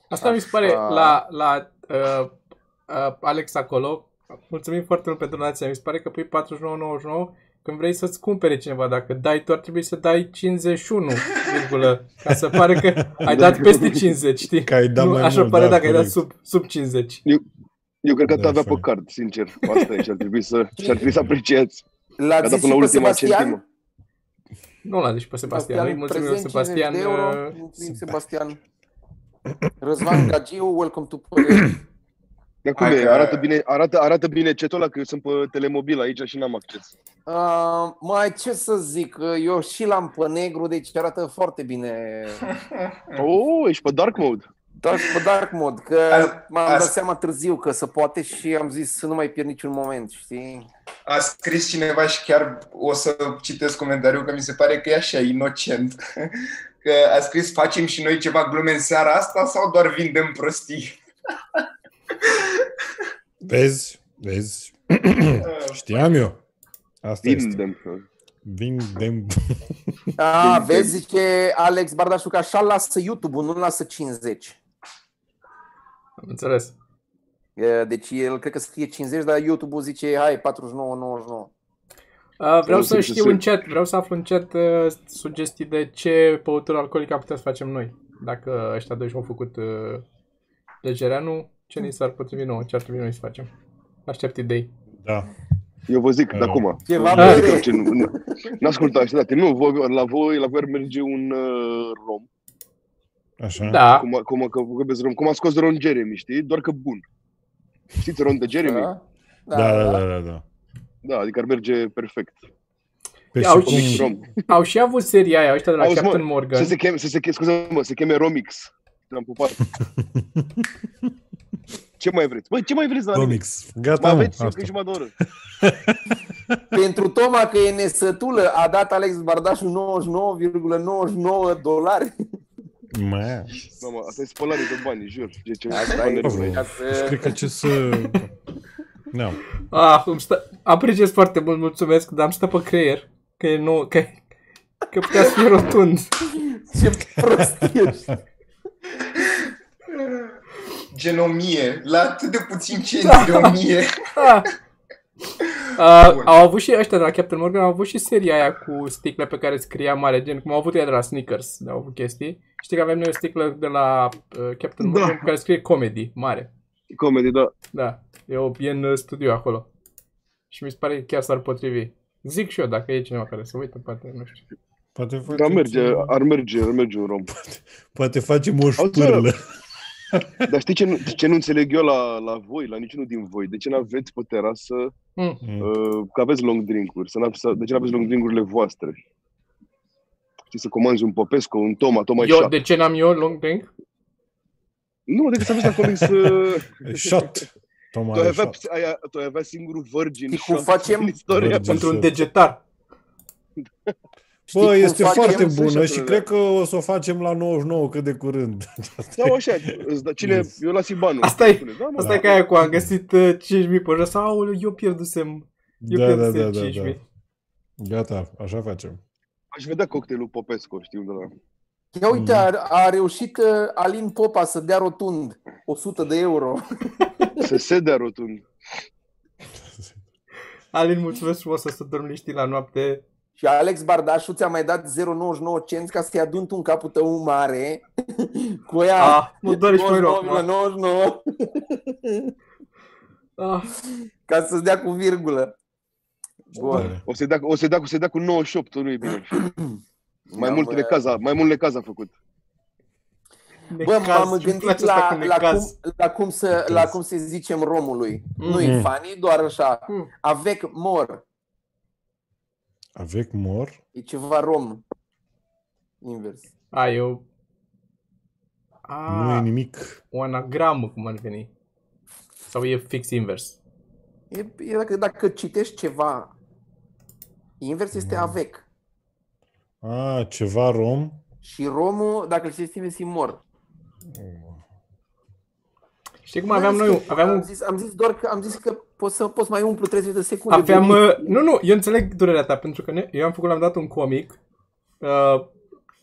Speaker 1: Asta mi se pare
Speaker 3: Așa.
Speaker 1: la, la uh, uh, Alex acolo. Mulțumim foarte mult pentru donația. Mi se pare că pui 49,99 când vrei să-ți cumpere cineva. Dacă dai, tu ar trebui să dai 51, virgulă, ca să pare că ai
Speaker 3: Da.
Speaker 1: dat peste 50, știi?
Speaker 2: Că ai dat
Speaker 1: nu,
Speaker 2: mai
Speaker 1: așa
Speaker 2: mult,
Speaker 1: pare
Speaker 2: da,
Speaker 1: dacă ai dat sub,
Speaker 2: corect.
Speaker 1: sub 50.
Speaker 4: Eu cred că te
Speaker 2: Da,
Speaker 4: avea pe
Speaker 2: fain.
Speaker 4: card, sincer. Asta e și ar trebui să, și ar trebui să apreciați.
Speaker 3: L-a
Speaker 4: Că dat
Speaker 3: zis și
Speaker 4: până la
Speaker 3: pe
Speaker 4: ultima
Speaker 3: Sebastian?
Speaker 4: centimă.
Speaker 1: Nu l-a zis pe Sebastian. Noi mulțumim lui
Speaker 3: prezent, 50
Speaker 1: Sebastian.
Speaker 3: de euro.
Speaker 1: uh,
Speaker 3: Mulțumim, Sebastian. Răzvan Gagiu, welcome to Pole.
Speaker 4: Dar cum
Speaker 5: Hai
Speaker 4: e?
Speaker 5: că-
Speaker 4: Arată bine, arată, arată bine cetul ăla, că eu sunt pe telemobil aici și n-am acces.
Speaker 3: Uh, mai ce să zic, uh, eu și l-am pe negru, deci arată foarte bine.
Speaker 5: Mm.
Speaker 4: Oh, ești pe dark mode.
Speaker 3: Dar și pe dark mod, că
Speaker 6: Azi-
Speaker 3: m-am dat
Speaker 6: azi-
Speaker 3: seama târziu că se poate și am zis să nu mai pierd niciun moment, știi?
Speaker 6: A scris cineva și chiar o să citesc comentariul că mi se pare că e așa inocent. *laughs* Că a scris facem și noi ceva glume în seara asta sau doar vindem prostii?
Speaker 2: Vezi?
Speaker 3: *clears throat*
Speaker 2: Vezi? Știam eu. Asta este.
Speaker 4: Vindem.
Speaker 2: Vindem.
Speaker 3: A,
Speaker 4: Bine.
Speaker 3: Ah, vezi, zice Alex Bardașu că așa lasă YouTube-ul, nu lasă 50.
Speaker 1: Am înțeles.
Speaker 3: Uh, Deci el cred că scrie 50, dar YouTube-ul zice hai 49,99.
Speaker 1: Uh, vreau
Speaker 4: O,
Speaker 1: să
Speaker 4: să
Speaker 1: știu
Speaker 4: se-
Speaker 1: în chat, vreau să aflu în chat uh, sugestii de ce băutură alcoolică am putea să facem noi. Dacă ăștia doi și-au făcut uh, legereanu, ce ni s-ar potrivi nouă, ce ar trebui noi să facem. Aștept idei.
Speaker 2: Da.
Speaker 4: Eu vă zic,
Speaker 2: Da.
Speaker 4: de acum.
Speaker 3: Ceva
Speaker 4: Nu
Speaker 1: Ah.
Speaker 4: zic
Speaker 3: bere.
Speaker 4: orice, nu, nu, n-ascultă așteptate. Nu, voi, la voi, la voi ar merge un uh, rom.
Speaker 2: Așa.
Speaker 1: Da,
Speaker 4: Cum, a- cum, a- că vorbesc rom. Cum a scos Ron Jeremy, știi? Doar că bun. Știți Ron de Jeremy? Da,
Speaker 2: Da, da, da, da, da.
Speaker 4: adică ar merge perfect.
Speaker 2: Pe
Speaker 1: Ia
Speaker 2: și
Speaker 5: Mm.
Speaker 1: uite.
Speaker 4: Comic
Speaker 2: cum...
Speaker 4: rom.
Speaker 1: au și avut seria aia, ăștia de la
Speaker 4: Auzi, mă,
Speaker 1: Captain Morgan.
Speaker 4: Să se cheme, să se cheme, scuze mă, se cheme Romix. L-am
Speaker 2: *laughs*
Speaker 4: pupat. ce mai vreți? Băi, ce mai vreți de la mine?
Speaker 2: Comics. Gata, Da,
Speaker 4: Mai
Speaker 2: mă.
Speaker 4: aveți încă
Speaker 2: Asta.
Speaker 4: jumătate de oră.
Speaker 3: Pentru Toma că e nesătulă, a dat Alex Bardașu 99,99 dolari.
Speaker 2: Mă.
Speaker 4: Mamă, asta e spălare de bani, jur. Ce, ce,
Speaker 3: Asta e.
Speaker 4: bani,
Speaker 3: Ca
Speaker 2: Și
Speaker 3: să...
Speaker 2: deci cred că ce să... Da.
Speaker 1: Ah, îmi stă... Apreciez foarte mult, mulțumesc, dar am stă pe creier. că e nou, că, că putea să fie rotund.
Speaker 3: Ce prostie
Speaker 6: Genomie. La atât de puțin centi de o mie.
Speaker 1: Ah. Uh,
Speaker 6: Bun.
Speaker 1: au avut și ăștia de la Captain Morgan, au avut și seria aia cu sticle pe care scria mare, gen cum au avut ea de la Snickers, au avut chestii. Știi că avem noi o sticlă de la uh, Captain
Speaker 4: Da.
Speaker 1: Morgan pe care scrie comedy, mare.
Speaker 4: Comedy, da.
Speaker 1: Da, e, o, e în uh, studio acolo. Și mi se pare că chiar s-ar potrivi. Zic și eu, dacă e cineva care se uită, poate, nu știu.
Speaker 3: Da,
Speaker 2: Poate facem,
Speaker 4: Dar merge, ar merge, ar merge un rom.
Speaker 2: poate facem o
Speaker 4: Auzi,
Speaker 3: *laughs*
Speaker 2: șpârlă.
Speaker 4: Dar știi ce nu, ce nu înțeleg eu la, la voi, la niciunul din voi? De ce nu aveți pe terasă,
Speaker 1: Mm.
Speaker 2: Mm.
Speaker 4: uh, că aveți long drink-uri, să n-ave- să- de ce nu aveți long drink-urile voastre? Știi, să comanzi un Popesco, un Toma, Toma
Speaker 1: Eu,
Speaker 4: shot.
Speaker 1: de ce n-am eu long drink?
Speaker 4: Nu, decât să aveți uh, acolo să...
Speaker 2: Shot. Toma
Speaker 4: Tu ai
Speaker 2: are
Speaker 4: avea,
Speaker 2: shot.
Speaker 4: aia, tu ai avea singurul virgin
Speaker 3: Știi cum
Speaker 4: shot
Speaker 3: facem?
Speaker 4: În istoria.
Speaker 2: Virgin.
Speaker 1: Pentru un
Speaker 2: Să-
Speaker 1: degetar.
Speaker 2: Bă,
Speaker 3: Știi cum
Speaker 2: este
Speaker 3: facem?
Speaker 2: foarte
Speaker 4: Sunt
Speaker 2: bună și
Speaker 4: șoturile.
Speaker 2: cred că o să o facem la 99 cât de curând. *laughs*
Speaker 4: Sau așa, îți da, cine,
Speaker 2: Yes.
Speaker 4: eu las Ibanul.
Speaker 1: Asta e-
Speaker 4: Spune, da, mă,
Speaker 1: Asta
Speaker 4: da.
Speaker 1: e ca aia cu am găsit uh, 5.000 pe jos. Aoleu, eu pierdusem, eu
Speaker 2: Da, da,
Speaker 1: pierdusem
Speaker 2: da, da,
Speaker 1: 5.000.
Speaker 2: da. Gata, așa facem.
Speaker 4: Aș vedea cocktailul Popesco, știu de la...
Speaker 3: Ia uite,
Speaker 1: Mm.
Speaker 3: a, a reușit uh, Alin Popa să dea rotund 100 de euro.
Speaker 4: Să se dea rotund.
Speaker 1: Alin, mulțumesc frumos o să dormi liniștit la noapte.
Speaker 3: Și Alex Bardașu ți-a mai dat 0,99 cenți ca să-i adun tu în capul tău mare *laughs* cu ea
Speaker 1: Ah, mă doare și pe mine acum.
Speaker 3: 99,99
Speaker 1: Ah,
Speaker 3: ca să-ți dea cu virgulă. Bun.
Speaker 2: Tare.
Speaker 4: O să-i dea, o să-i dea, o să-i dea cu 98, nu e
Speaker 1: Da,
Speaker 4: bine. Mai
Speaker 3: Da,
Speaker 4: mult
Speaker 3: bă.
Speaker 4: de caz a- mai mult de caz a făcut.
Speaker 3: Bă,
Speaker 1: necaz.
Speaker 3: m-am
Speaker 1: Îmi
Speaker 3: gândit
Speaker 1: place asta cu
Speaker 3: la, la,
Speaker 1: necaz.
Speaker 3: cum, la, cum să,
Speaker 2: Necaz.
Speaker 3: la cum să zicem romului.
Speaker 1: Mm.
Speaker 3: Nu-i funny, doar așa.
Speaker 1: Mm.
Speaker 3: Avec mor.
Speaker 2: Avec mor?
Speaker 3: E ceva rom. Invers.
Speaker 1: A, eu... A,
Speaker 2: Nu e nimic.
Speaker 1: o anagramă, cum ar veni. Sau e fix invers.
Speaker 3: E, e dacă, dacă citești ceva invers este
Speaker 2: Mm.
Speaker 3: avec.
Speaker 2: A, ceva rom?
Speaker 3: Și romul, dacă îl citești invers, e mor.
Speaker 1: Știi
Speaker 3: Da,
Speaker 1: cum aveam noi? un- Aveam
Speaker 3: am,
Speaker 1: un
Speaker 3: zis, am zis doar că am zis că poți să poți mai umplu 30 de secunde.
Speaker 1: Aveam,
Speaker 3: de
Speaker 1: uh, nu, nu, eu înțeleg durerea ta, pentru că ne, eu am făcut la un moment dat un comic uh,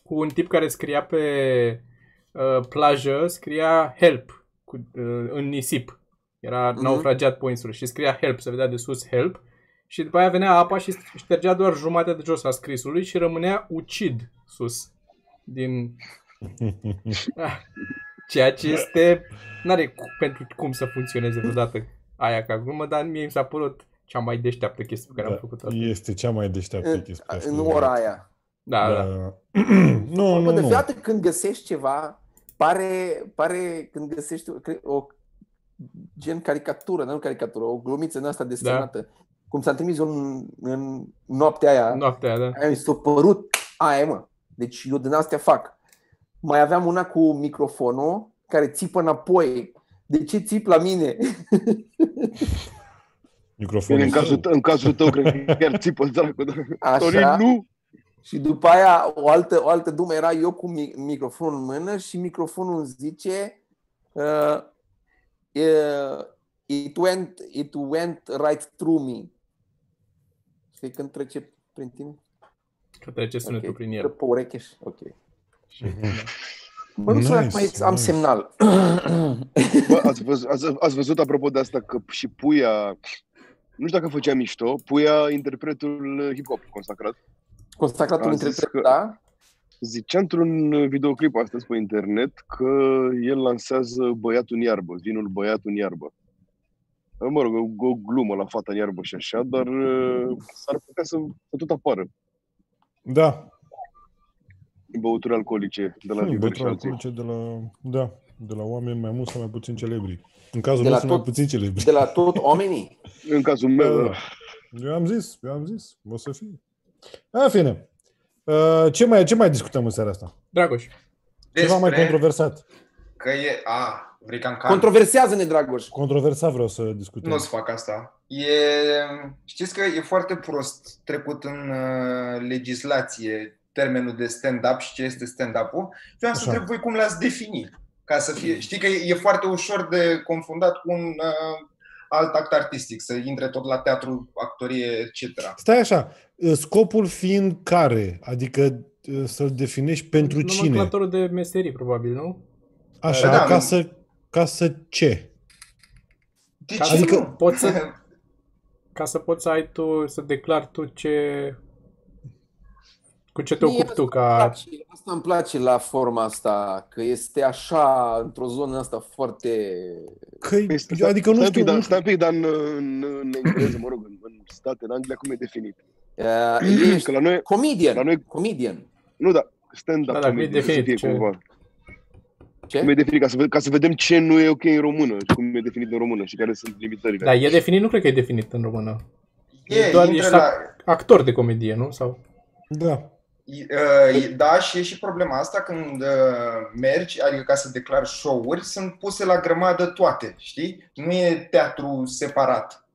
Speaker 1: cu un tip care scria pe uh, plajă, scria help cu, uh, în nisip. Era
Speaker 3: Mhm.
Speaker 1: naufragiat pe o insulă și scria help, se vedea de sus help. Și după aia venea apa și ștergea doar jumatea de jos a scrisului și rămânea ucid sus. Din ceea ce este... N-are cu, pentru cum să funcționeze vreodată aia ca glumă, dar mie mi s-a părut cea mai deșteaptă chestie pe care
Speaker 2: Da,
Speaker 1: am făcut-o.
Speaker 2: Este cea mai deșteaptă
Speaker 3: în,
Speaker 2: chestie. asta.
Speaker 3: în ora aia.
Speaker 1: Da, da.
Speaker 2: *clears throat* nu,
Speaker 3: Bă,
Speaker 2: nu,
Speaker 3: de
Speaker 2: nu.
Speaker 3: fiecare dată când găsești ceva, pare, pare când găsești o, cre- o gen caricatură, nu caricatură, o glumiță din
Speaker 1: Da.
Speaker 3: asta desenată. Cum s-a trimis eu în, în noaptea aia.
Speaker 1: Noaptea, da.
Speaker 3: Aia mi s-a părut. Aia, e, mă. Deci eu din astea fac. Mai aveam una cu microfonul care țipă înapoi. De ce țip la
Speaker 1: *laughs*
Speaker 3: mine?
Speaker 4: Bine,
Speaker 2: Microfonul
Speaker 4: în cazul,
Speaker 2: tău.
Speaker 4: tău- în cazul tău, cred că chiar țipă dracu. dar-
Speaker 3: Așa.
Speaker 4: Torin, nu!
Speaker 3: Și după aia o altă, o altă dumă era eu cu mi- microfonul în mână și microfonul îmi zice uh, uh, it, went, it went right through me. Știi când trece prin tine?
Speaker 1: Că trece sunetul
Speaker 3: Ok,
Speaker 1: prin
Speaker 3: trec
Speaker 1: el.
Speaker 3: Pe ureche și... Ok. Mă
Speaker 2: Nice,
Speaker 3: nice, mai am
Speaker 2: nice.
Speaker 3: semnal. *clears throat*
Speaker 4: Bă, ați, văzut, ați, ați văzut apropo de asta că și Puia, nu știu dacă făcea mișto, Puia, interpretul hip-hop consacrat,
Speaker 3: Consacratul
Speaker 4: Am zis
Speaker 3: între
Speaker 4: că-
Speaker 3: da?
Speaker 4: zicea într-un videoclip astăzi pe internet că el lansează Băiatul în iarbă, vinul Băiatul în iarbă. Mă rog, o, o glumă la fata în iarbă și așa, dar uh, s-ar putea să, să tot apară
Speaker 2: Da.
Speaker 4: băuturi alcoolice de la
Speaker 2: Hmm,
Speaker 4: liber și
Speaker 2: Bătrân
Speaker 4: alții.
Speaker 2: alcoolice de la, da, de la oameni mai mult sau mai puțin celebri. În cazul
Speaker 3: De la
Speaker 2: nostru mai
Speaker 3: tot-
Speaker 2: puțin celebri.
Speaker 3: De la tot
Speaker 4: *laughs*
Speaker 3: oamenii?
Speaker 4: În cazul meu,
Speaker 2: Da,
Speaker 4: da.
Speaker 2: da. Eu am zis, eu am zis, o să fie. A, fine. Uh, Ce mai, ce mai discutăm în seara asta?
Speaker 1: Dragoș,
Speaker 2: Ceva mai controversat.
Speaker 6: Că e... A, vrei ca în can.
Speaker 3: Controversează-ne, Dragoș.
Speaker 2: Controversat vreau să discutăm.
Speaker 6: Nu o să fac asta. E, știți că e foarte prost trecut în uh, legislație termenul de stand-up și ce este stand-up-ul. Și vreau să
Speaker 2: Așa.
Speaker 6: întreb voi cum l-ați defini. Ca să fie, știi că e, e foarte ușor de confundat cu un uh, alt act artistic, să intre tot la teatru, actorie, etc.
Speaker 2: Stai așa, uh, scopul fiind care? Adică să-l definești pentru cine?
Speaker 1: Nomenclatorul de meserii, probabil, nu?
Speaker 2: Așa,
Speaker 6: Da,
Speaker 2: ca
Speaker 6: nu.
Speaker 2: să, ca să ce?
Speaker 6: De
Speaker 1: Ca
Speaker 6: ce
Speaker 2: Adică-
Speaker 1: să
Speaker 6: nu?
Speaker 1: poți să, *laughs* ca să poți să ai tu, să declari tu ce... Cu ce te
Speaker 3: Mie
Speaker 1: ocupi tu
Speaker 3: îmi
Speaker 1: ca...
Speaker 3: place, asta îmi place la forma asta, că este așa, într-o zonă asta foarte...
Speaker 2: Că,
Speaker 4: Păi,
Speaker 2: eu, adică nu
Speaker 4: stai
Speaker 2: știu,
Speaker 4: un pic, da. dar-
Speaker 2: nu știu.
Speaker 4: Stai un pic, dar în, în, în engleză, mă rog, în, în state, în Anglia, cum e definit? *clears throat*
Speaker 3: Uh,
Speaker 4: Că
Speaker 3: ești
Speaker 4: la noi, la
Speaker 3: comedian,
Speaker 4: noi
Speaker 3: comedian.
Speaker 4: nu, da, stand-up
Speaker 1: Da, da, cum e
Speaker 4: comedy, să
Speaker 1: definit,
Speaker 4: fie
Speaker 1: ce-
Speaker 4: cumva. Cum
Speaker 3: Ce?
Speaker 4: e definit, ca să, ve- ca să vedem ce nu e ok în română, și cum e definit în română și care sunt limitările.
Speaker 1: Da, e definit, nu cred că e definit în română.
Speaker 6: E,
Speaker 1: Doar
Speaker 6: intră
Speaker 1: ești
Speaker 6: la...
Speaker 1: Actor de comedie, nu? Sau...
Speaker 2: Da.
Speaker 6: I- uh, i- Da, și e și problema asta când uh, mergi, adică ca să declar show-uri, sunt puse la grămadă toate, știi? Nu e teatru separat.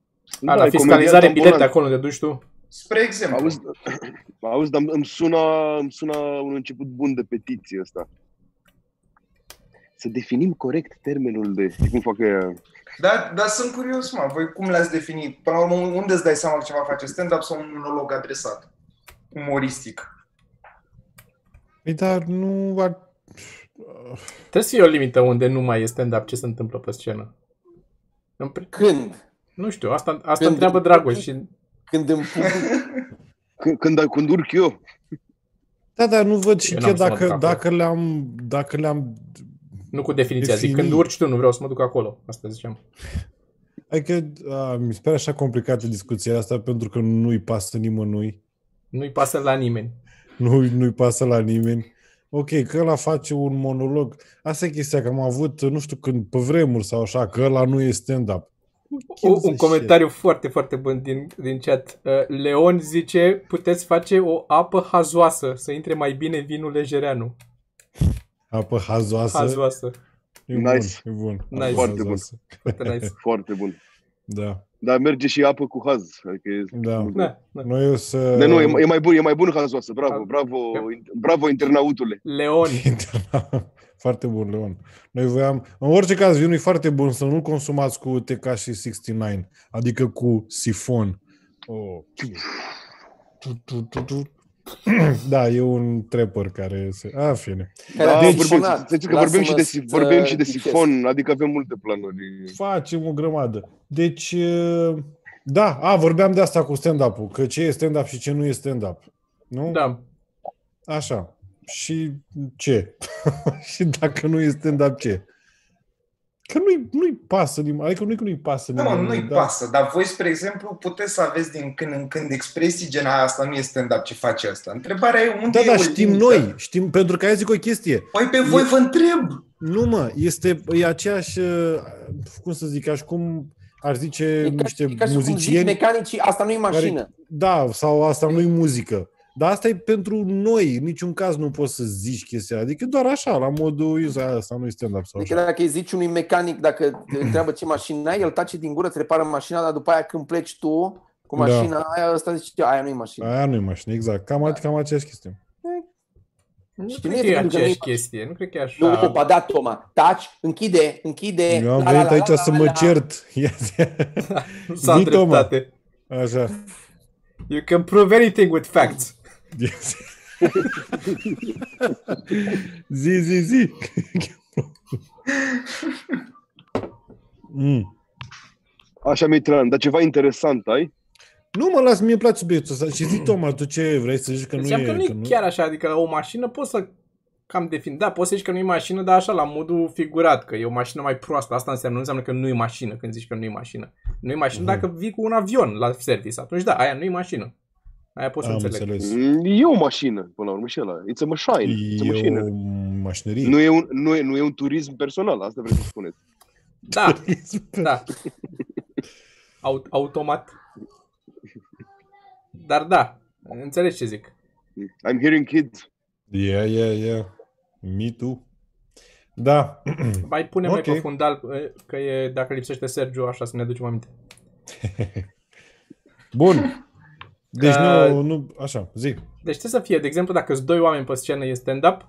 Speaker 1: A, la
Speaker 4: Da, e comedian
Speaker 1: fiscalizare
Speaker 4: ambulant.
Speaker 1: bilete acolo unde duci tu.
Speaker 6: Spre exemplu,
Speaker 4: Auzi, auzi, dar îmi suna, îmi suna un început bun de petiție asta. Să definim corect termenul de... Știi cum fac ăia?
Speaker 6: dar, da, dar sunt curios, mă, voi cum le-ați definit? Până la urmă, unde îți dai seama că ceva face stand-up sau un monolog adresat? Umoristic.
Speaker 2: Păi, dar nu ar...
Speaker 1: Trebuie să fie o limită unde nu mai e stand-up ce se întâmplă pe scenă. În pri-
Speaker 3: Când?
Speaker 1: Nu știu, asta, asta
Speaker 3: Când-
Speaker 1: întreabă Dragoș și
Speaker 3: Când îmi pun
Speaker 4: *laughs* Când, când, când urc eu,
Speaker 2: Da, dar nu văd și
Speaker 1: Eu
Speaker 2: chiar
Speaker 1: n-am să mă duc
Speaker 2: dacă,
Speaker 1: acolo.
Speaker 2: dacă le-am, dacă le-am,
Speaker 1: nu cu definiția, zic
Speaker 2: Defini.
Speaker 1: când urci tu, nu vreau să mă duc acolo, asta ziceam.
Speaker 2: adică a, mi se pare așa complicată discuția asta pentru că nu-i pasă nimănui,
Speaker 1: Nu-i pasă la nimeni.
Speaker 2: nu, nu-i pasă la nimeni. Ok, că ăla face un monolog. Asta e chestia, că am avut, nu știu când, pe vremuri sau așa, că ăla nu e stand-up.
Speaker 1: O, un comentariu foarte, foarte bun din, din chat. Uh, Leon zice, puteți face o apă hazoasă, să intre mai bine vinul lejereanu.
Speaker 2: Apă hazoasă.
Speaker 1: Hazoasă.
Speaker 2: E
Speaker 4: Nice.
Speaker 2: bun, e bun.
Speaker 1: Nice.
Speaker 2: Apă
Speaker 4: Foarte bun.
Speaker 2: hazoasă.
Speaker 1: Foarte *laughs* nice.
Speaker 4: foarte bun.
Speaker 2: Da,
Speaker 4: Dar merge și apă cu haz. Adică e...
Speaker 2: da.
Speaker 1: Da, da.
Speaker 2: Noi o să...
Speaker 4: De nu, e, e mai bun, e mai bun hazoasă. Bravo,
Speaker 1: Da.
Speaker 4: bravo, bravo internautule.
Speaker 1: Leon,
Speaker 2: Internaut. *laughs* Foarte bun, Leon. Noi voiam... În orice caz, vinul e foarte bun să nu-l consumați cu TK și 69, adică cu sifon. Oh. Tu, tu, tu, tu. Da, e un trapper care se... A, fine.
Speaker 3: care
Speaker 4: Da,
Speaker 3: a
Speaker 4: vorbim, să
Speaker 3: funcționat.
Speaker 4: zici că vorbim și, de,
Speaker 3: deci- Lasă-mă
Speaker 4: si-
Speaker 3: să
Speaker 4: vorbim și de
Speaker 3: ghicesc.
Speaker 4: sifon, adică avem multe planuri.
Speaker 2: Facem o grămadă. Deci, uh, da, a, vorbeam de asta cu stand-up-ul, că ce e stand-up și ce nu e stand-up. Nu?
Speaker 1: da,
Speaker 2: Așa. Și ce? *laughs* și dacă nu e stand-up, ce? Că nu-i, nu-i pasă, nim- adică nu-i că nu-i pasă.
Speaker 6: Nu,
Speaker 2: nimănui,
Speaker 6: nu-i
Speaker 2: da.
Speaker 6: pasă, dar voi, spre exemplu, puteți să aveți din când în când expresii gen "A, asta nu e stand-up ce face asta. Întrebarea e unde
Speaker 2: Da,
Speaker 6: e
Speaker 2: da,
Speaker 6: o
Speaker 2: știm
Speaker 6: limită?
Speaker 2: noi, știm, pentru că ai zic o chestie.
Speaker 6: Păi pe voi vă întreb.
Speaker 2: Nu mă, este, e aceeași, uh, cum să zic, aș cum ar zice
Speaker 3: E ca,
Speaker 2: niște
Speaker 3: e ca și cum zic
Speaker 2: muzicieni,
Speaker 3: mecanicii, asta nu e mașină.
Speaker 2: da, sau asta nu-i muzică. Dar asta e pentru noi, în niciun caz nu poți să zici chestia, adică doar așa, la modul, "A, asta nu-i stand-up sau
Speaker 3: Adică
Speaker 2: așa.
Speaker 3: dacă îi zici unui mecanic, dacă
Speaker 2: *clears throat*
Speaker 3: te întreabă ce mașină ai, el tace din gură, îți repară mașina, dar după aia când pleci tu cu
Speaker 2: Da.
Speaker 3: mașina aia, ăsta zice, aia nu-i mașină.
Speaker 2: Aia nu-i mașină, exact,
Speaker 3: Da.
Speaker 2: cam, cam aceeași chestie.
Speaker 1: nu
Speaker 3: Știi,
Speaker 1: cred
Speaker 3: nu
Speaker 1: că
Speaker 3: e
Speaker 1: e
Speaker 3: pentru că
Speaker 1: aceeași
Speaker 3: nu e-
Speaker 1: chestie, nu cred că e
Speaker 3: Nu,
Speaker 1: așa.
Speaker 3: ba da, Toma, taci, închide, închide.
Speaker 2: Eu am
Speaker 3: la,
Speaker 2: venit
Speaker 3: la, la,
Speaker 2: aici
Speaker 3: la,
Speaker 2: să
Speaker 3: la,
Speaker 2: mă
Speaker 3: la.
Speaker 2: cert. Ia zi-
Speaker 1: Nu s-a
Speaker 2: Zi, Toma.
Speaker 1: dreptate.
Speaker 2: Așa.
Speaker 1: You can prove anything with facts.
Speaker 2: Ia zi. Zi, zi, zi. Mm.
Speaker 4: Așa, Mitran, dar ceva interesant ai?
Speaker 2: Nu mă las, mie îmi place subiectul ăsta. Și zi, Toma, tu ce vrei să zici că nu
Speaker 1: Ziceam
Speaker 2: e?
Speaker 1: că nu e chiar așa, adică o mașină poți să cam defini. Da, poți să zici că nu e mașină, dar așa, la modul figurat, că e o mașină mai proastă. Asta înseamnă, nu înseamnă că nu e mașină când zici că nu e mașină. Nu e mașină
Speaker 2: Mhm.
Speaker 1: dacă vii cu un avion la service, atunci da, aia nu e mașină. Aia poți să
Speaker 2: Am
Speaker 1: înțeleg.
Speaker 2: înțeles.
Speaker 4: Mm, E o mașină, până la urmă, și ăla. It's a machine. It's a
Speaker 2: E
Speaker 4: mașină.
Speaker 2: o mașinărie.
Speaker 4: Nu e, un, nu, e, nu e un turism personal, asta vreți să spuneți.
Speaker 1: Da, da. Aut- automat. Dar da, înțelegi ce zic.
Speaker 4: I'm hearing kids.
Speaker 2: Yeah, yeah, yeah. Me too. Da.
Speaker 1: Mai punem okay.
Speaker 2: Ok.
Speaker 1: noi pe fundal eh, că e, dacă lipsește Sergiu, așa să ne ducem aminte.
Speaker 2: Bun. Deci
Speaker 1: Că-
Speaker 2: nu, nu, așa, zi.
Speaker 1: Deci ce să fie, de exemplu, dacă sunt doi oameni pe scenă e stand-up,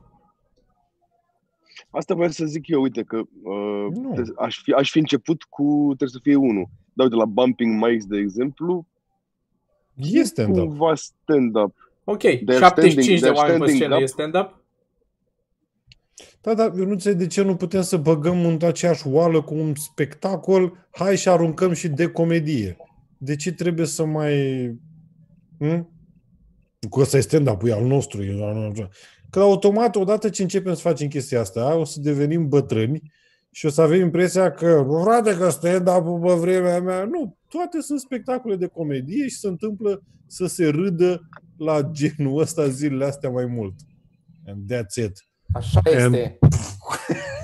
Speaker 4: Asta vreau să zic eu, uite, că uh,
Speaker 2: Nu.
Speaker 4: aș, fi, aș fi început cu, trebuie să fie unul. Da, uite, la Bumping Mics, de exemplu,
Speaker 2: Este stand-up.
Speaker 4: cumva stand-up.
Speaker 1: Ok,
Speaker 4: They're
Speaker 1: 75 de
Speaker 4: standing- they're
Speaker 1: oameni pe
Speaker 4: standing
Speaker 1: scenă
Speaker 4: up.
Speaker 1: e stand-up?
Speaker 2: Da, dar eu nu înțeleg de ce nu putem să băgăm în aceeași oală cu un spectacol, hai și aruncăm și de comedie. De ce trebuie să mai... Hm? Că ăsta e stand-up-ul, e al nostru. E al nostru. Că automat, odată ce începem să facem chestia asta, o să devenim bătrâni și o să avem impresia că, "Bă, frate, că stand-up-ul pe vremea mea... Nu, toate sunt spectacole de comedie și se întâmplă să se râdă la genul ăsta zilele astea mai mult. And that's it.
Speaker 3: Așa
Speaker 2: Em.
Speaker 3: este.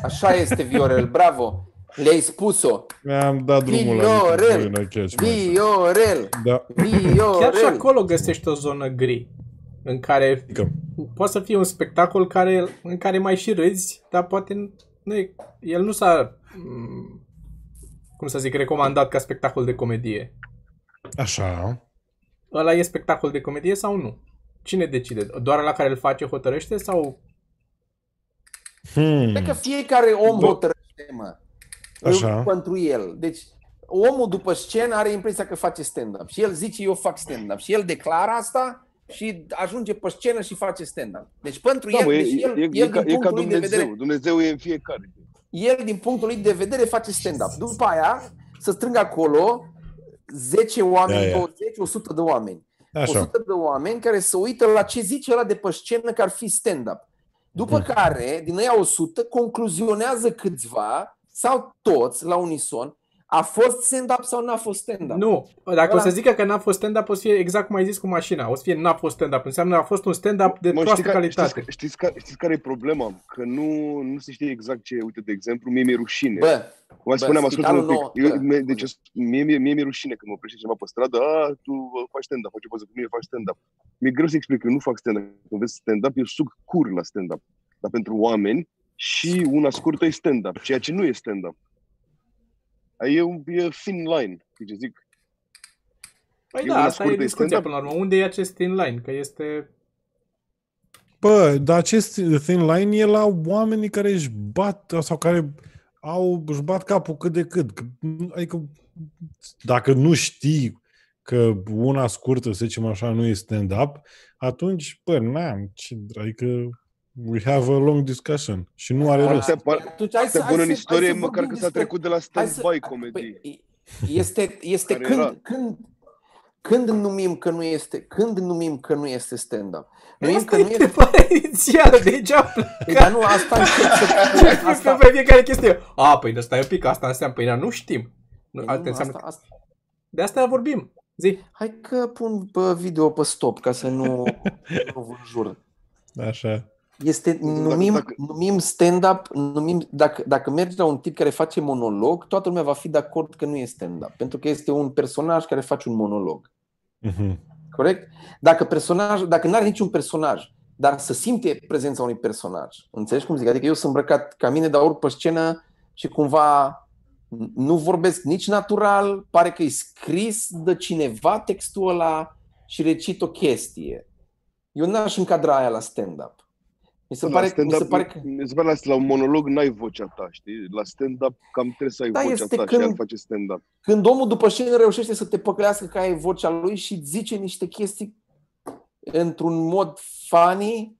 Speaker 3: Așa este, Viorel, bravo. Le-ai spus-o.
Speaker 2: Mi-am dat drumul la
Speaker 3: Viorel!
Speaker 2: niște băi în ochiaci, mai.
Speaker 3: Viorel,
Speaker 2: Da.
Speaker 1: Chiar și
Speaker 3: Viorel.
Speaker 1: acolo găsești o zonă gri în care
Speaker 2: Adică,
Speaker 1: poate să fie un spectacol care, în care mai și râzi, dar poate nu- nu e, el nu s-a, m, cum să zic, recomandat ca spectacol de comedie.
Speaker 2: Așa.
Speaker 1: Ăla e spectacol de comedie sau nu? Cine decide? Doar la care îl face hotărăște sau...
Speaker 2: Hmm.
Speaker 3: Cred că fiecare om
Speaker 1: Bă.
Speaker 3: hotărăște, mă.
Speaker 2: Așa.
Speaker 3: Pentru el. Deci, omul după scenă are impresia că face stand-up. Și el zice, eu fac stand-up. Și el declară asta și ajunge pe scenă și face stand-up. Deci, pentru
Speaker 4: Da,
Speaker 3: el,
Speaker 4: mă, e,
Speaker 3: deci
Speaker 4: e,
Speaker 3: el,
Speaker 4: e,
Speaker 3: el
Speaker 4: ca,
Speaker 3: din
Speaker 4: e ca
Speaker 3: punctul lui de vedere,
Speaker 4: Dumnezeu. Dumnezeu e în fiecare.
Speaker 3: el din punctul lui de vedere face stand-up. După aia, să strângă acolo 10 oameni,
Speaker 2: Da,
Speaker 3: da,
Speaker 2: ia.
Speaker 3: 20, 100 de oameni.
Speaker 2: Așa.
Speaker 3: 100 de oameni care se uită la ce zice ăla de pe scenă că ar fi stand-up. După care, din aia 100, concluzionează câțiva sau toți la unison a fost stand-up sau n-a fost
Speaker 1: Da.
Speaker 3: stand-up.
Speaker 1: Nu, dacă o
Speaker 3: Ăla-
Speaker 1: să zică că n-a fost stand-up, o să fie exact cum ai zis cu mașina. O să fie n-a fost stand-up. Înseamnă a fost un stand-up de
Speaker 4: Mă,
Speaker 1: proastă
Speaker 4: știi, care,
Speaker 1: calitate.
Speaker 4: știți, știți, care, știți care e problema? Că nu, nu se știe exact ce... Uite, de exemplu, mie mi-e rușine.
Speaker 3: Bă,
Speaker 4: Vă spuneam,
Speaker 3: Bă,
Speaker 4: ascultă-mă un
Speaker 3: spitalul
Speaker 4: pic.
Speaker 3: nou,
Speaker 4: Eu,
Speaker 3: da.
Speaker 4: mie, deci, eu sunt- mie, mie, mie mi-e rușine când mă oprește cineva pe stradă, a, tu uh, faci stand-up, faci o poză cu mine, faci stand-up. Mi-e greu să explic, eu nu fac stand-up. Când vezi stand-up, eu suc cur la stand-up. Dar pentru oameni și una scurtă e stand-up, ceea ce nu e stand-up. E un e thin line, știi ce zic?
Speaker 1: Păi
Speaker 4: E
Speaker 1: da,
Speaker 4: una
Speaker 1: asta e
Speaker 4: scurtă, e
Speaker 1: discuția
Speaker 4: stand-up.
Speaker 1: până la urmă. Unde e acest inline? Că este...
Speaker 2: Bă, dar acest thin line e la oamenii care își bat sau care au, își bat capul cât de cât. Că- Adică dacă nu știi că una scurtă, să zicem așa, nu e stand-up, atunci, bă, n-am, ce, adică we have a long discussion și nu are
Speaker 3: Da.
Speaker 2: rost.
Speaker 4: Asta par,
Speaker 3: atunci hai
Speaker 4: asta
Speaker 3: hai
Speaker 4: bună în
Speaker 3: să-
Speaker 4: istorie,
Speaker 3: hai să
Speaker 4: măcar
Speaker 3: vorbim
Speaker 4: că s-a
Speaker 3: despre-
Speaker 4: trecut de la
Speaker 3: hai să-
Speaker 4: stand-by comedy.
Speaker 3: Păi, Este, este
Speaker 4: Care era?
Speaker 3: când, când, când numim că nu este, când numim că nu este stand-up? Numim
Speaker 1: Asta
Speaker 3: că Păi nu
Speaker 1: e
Speaker 3: este,
Speaker 1: întrebarea *laughs* inițială, deci am
Speaker 3: Păi, dar nu, asta încerc
Speaker 1: Ce
Speaker 3: să...
Speaker 1: asta...
Speaker 3: asta,
Speaker 1: pe fiecare chestie. A, păi de stai un pic, asta înseamnă, păi na, nu știm. Nu,
Speaker 3: Păi nu,
Speaker 1: asta înseamnă...
Speaker 3: asta, asta,
Speaker 1: De asta vorbim. Zi.
Speaker 3: Hai că pun pe video pe stop ca să nu, nu vă jur.
Speaker 2: Așa.
Speaker 3: Este,
Speaker 4: Dacă-
Speaker 3: numim,
Speaker 4: dacă-
Speaker 3: numim stand-up, numim, dacă, dacă mergi la un tip care face monolog, toată lumea va fi de acord că nu e stand-up, pentru că este un personaj care face un monolog.
Speaker 2: Mhm.
Speaker 3: Corect? Dacă personaj, dacă n-are niciun personaj, dar să simte prezența unui personaj. Înțelegi cum zic? Adică eu sunt îmbrăcat ca mine, dar urc pe scenă și cumva nu vorbesc nici natural, pare că e scris de cineva textul ăla și recit o chestie. Eu n-aș încadra aia la stand-up. Mi se,
Speaker 4: La
Speaker 3: pare, mi
Speaker 4: stand-up-
Speaker 3: se pare că...
Speaker 4: Mi se pare la, la un monolog n-ai vocea ta, știi? La stand-up cam trebuie să ai
Speaker 3: Da,
Speaker 4: vocea
Speaker 3: este
Speaker 4: ta
Speaker 3: când-
Speaker 4: și al face stand-up.
Speaker 3: Când omul după scenă reușește să te păcălească că ai vocea lui și zice niște chestii într-un mod funny,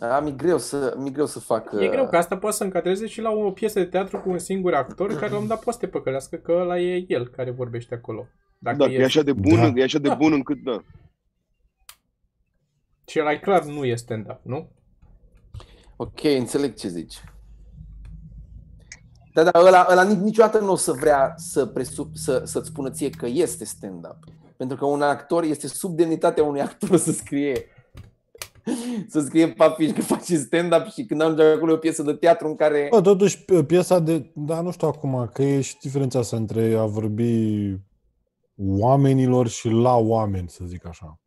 Speaker 3: a, mi greu să, mi greu să fac...
Speaker 1: E greu
Speaker 3: uh,
Speaker 1: că asta poate să încadreze și la o piesă de teatru cu un singur actor care la un moment dat poate să te păcălească că ăla e el care vorbește acolo. Dacă
Speaker 4: Da, că
Speaker 1: e,
Speaker 4: e așa de bun,
Speaker 2: Da.
Speaker 4: e așa de
Speaker 1: Da.
Speaker 4: bun încât da.
Speaker 1: Și ăla e clar nu e stand-up, nu?
Speaker 3: uh, Ok, înțeleg ce zici. Da, da, ăla, ăla nici- niciodată nu o să vrea să presup, să, să-ți spună ție că este stand-up. Pentru că un actor este sub demnitatea unui actor să scrie să scrie pe afiș că face stand-up și când am acolo e o piesă de teatru în care...
Speaker 2: Bă, totuși, pi- piesa de... Da, nu știu acum, că e și diferența asta între a vorbi oamenilor și la oameni, să zic așa.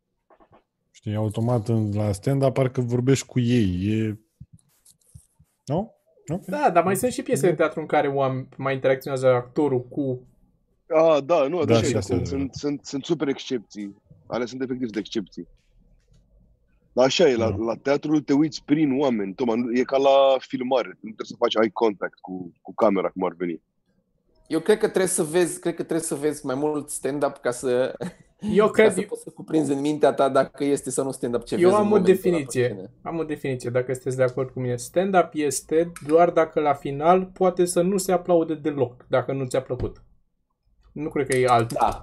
Speaker 2: Știi, automat în, la stand-up parcă vorbești cu ei. E... Nu? Ok.
Speaker 1: Da, dar mai sunt și piese de teatru în care oameni mai interacționează actorul cu...
Speaker 4: A, da, nu,
Speaker 2: Da,
Speaker 4: da,
Speaker 2: și
Speaker 4: și
Speaker 2: asta e
Speaker 4: sunt,
Speaker 2: adevărat.
Speaker 4: sunt, sunt, sunt super excepții. Ale sunt efectiv de excepții. Dar așa e, la,
Speaker 2: Da.
Speaker 4: la teatru te uiți prin oameni, Toma, nu- e ca la filmare, nu trebuie să faci eye contact cu, cu camera, cum ar veni.
Speaker 3: Eu cred că trebuie să vezi, cred că trebuie să vezi mai mult stand-up ca să,
Speaker 1: Eu
Speaker 3: ca
Speaker 1: cred,
Speaker 3: să poți să cuprinzi în mintea ta dacă este sau nu stand-up ce
Speaker 1: Eu
Speaker 3: vezi
Speaker 1: am
Speaker 3: în
Speaker 1: o
Speaker 3: momentul ăla pe
Speaker 1: definiție.
Speaker 3: scenă.
Speaker 1: Am o definiție, dacă sunteți de acord cu mine. Stand-up este doar dacă la final poate să nu se aplaude deloc, dacă nu ți-a plăcut. Nu cred că e alt.
Speaker 3: Da.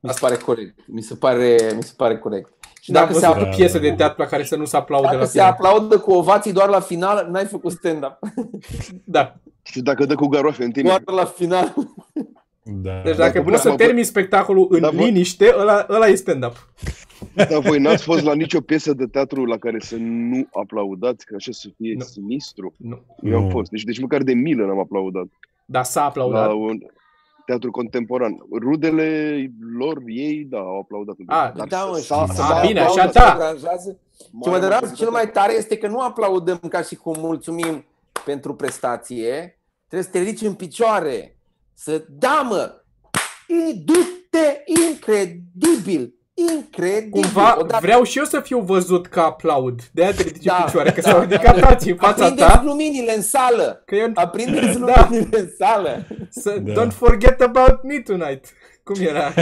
Speaker 3: Mi se pare corect. Mi se pare, mi se pare corect. Și
Speaker 1: N-am
Speaker 3: dacă se,
Speaker 1: văzut
Speaker 3: apl-
Speaker 1: o piesă de teatru la care să nu se aplaude
Speaker 3: dacă
Speaker 1: la
Speaker 3: se
Speaker 1: final.
Speaker 3: aplaudă cu ovații doar la final, n-ai făcut stand-up.
Speaker 1: Da.
Speaker 4: Și dacă dă cu garoafe în tine,
Speaker 3: Doar la final.
Speaker 2: Da.
Speaker 1: Deci dacă
Speaker 4: Dacă
Speaker 1: poți să
Speaker 4: până-
Speaker 1: termini spectacolul în
Speaker 3: da,
Speaker 4: Dar voi-
Speaker 1: liniște, ăla, ăla e stand-up.
Speaker 4: dar da, voi n-ați fost la nicio piesă de teatru la care să nu aplaudați, că așa să fie
Speaker 1: Nu.
Speaker 4: sinistru.
Speaker 1: Nu.
Speaker 4: Eu am
Speaker 2: Nu.
Speaker 4: fost. Deci, deci măcar de milă n-am aplaudat.
Speaker 1: Dar s-a
Speaker 4: La
Speaker 1: aplaudat.
Speaker 4: un teatru contemporan. Rudele lor, ei, da, au aplaudat.
Speaker 1: A,
Speaker 4: Dar
Speaker 3: Da, mă,
Speaker 4: să-
Speaker 3: și
Speaker 4: să-
Speaker 3: să
Speaker 4: să-
Speaker 1: a,
Speaker 3: mai
Speaker 1: bine,
Speaker 3: aplaudă,
Speaker 1: așa
Speaker 3: să
Speaker 1: da.
Speaker 3: se deranjează. Ce mă
Speaker 4: Mare
Speaker 3: deranjează
Speaker 4: majoritate-
Speaker 3: cel mai tare este că nu aplaudăm ca și cum mulțumim pentru prestație. Trebuie să te ridici în picioare. Să da, mă! I- Du-te! Incredibil! Incredibil!
Speaker 1: Cumva
Speaker 3: Odată
Speaker 1: vreau și eu să fiu văzut că aplaud. De-aia te ridici în
Speaker 3: Da.
Speaker 1: picioare, că s-au ridicat alții în fața
Speaker 3: aprindeți
Speaker 1: ta.
Speaker 3: luminile în sală!
Speaker 1: Că eu...
Speaker 3: Aprindeți
Speaker 1: *laughs*
Speaker 3: *laughs*
Speaker 1: Da.
Speaker 3: luminile în sală!
Speaker 1: Să...
Speaker 2: Da.
Speaker 1: Don't forget about me tonight. Cum
Speaker 3: *laughs*
Speaker 1: era?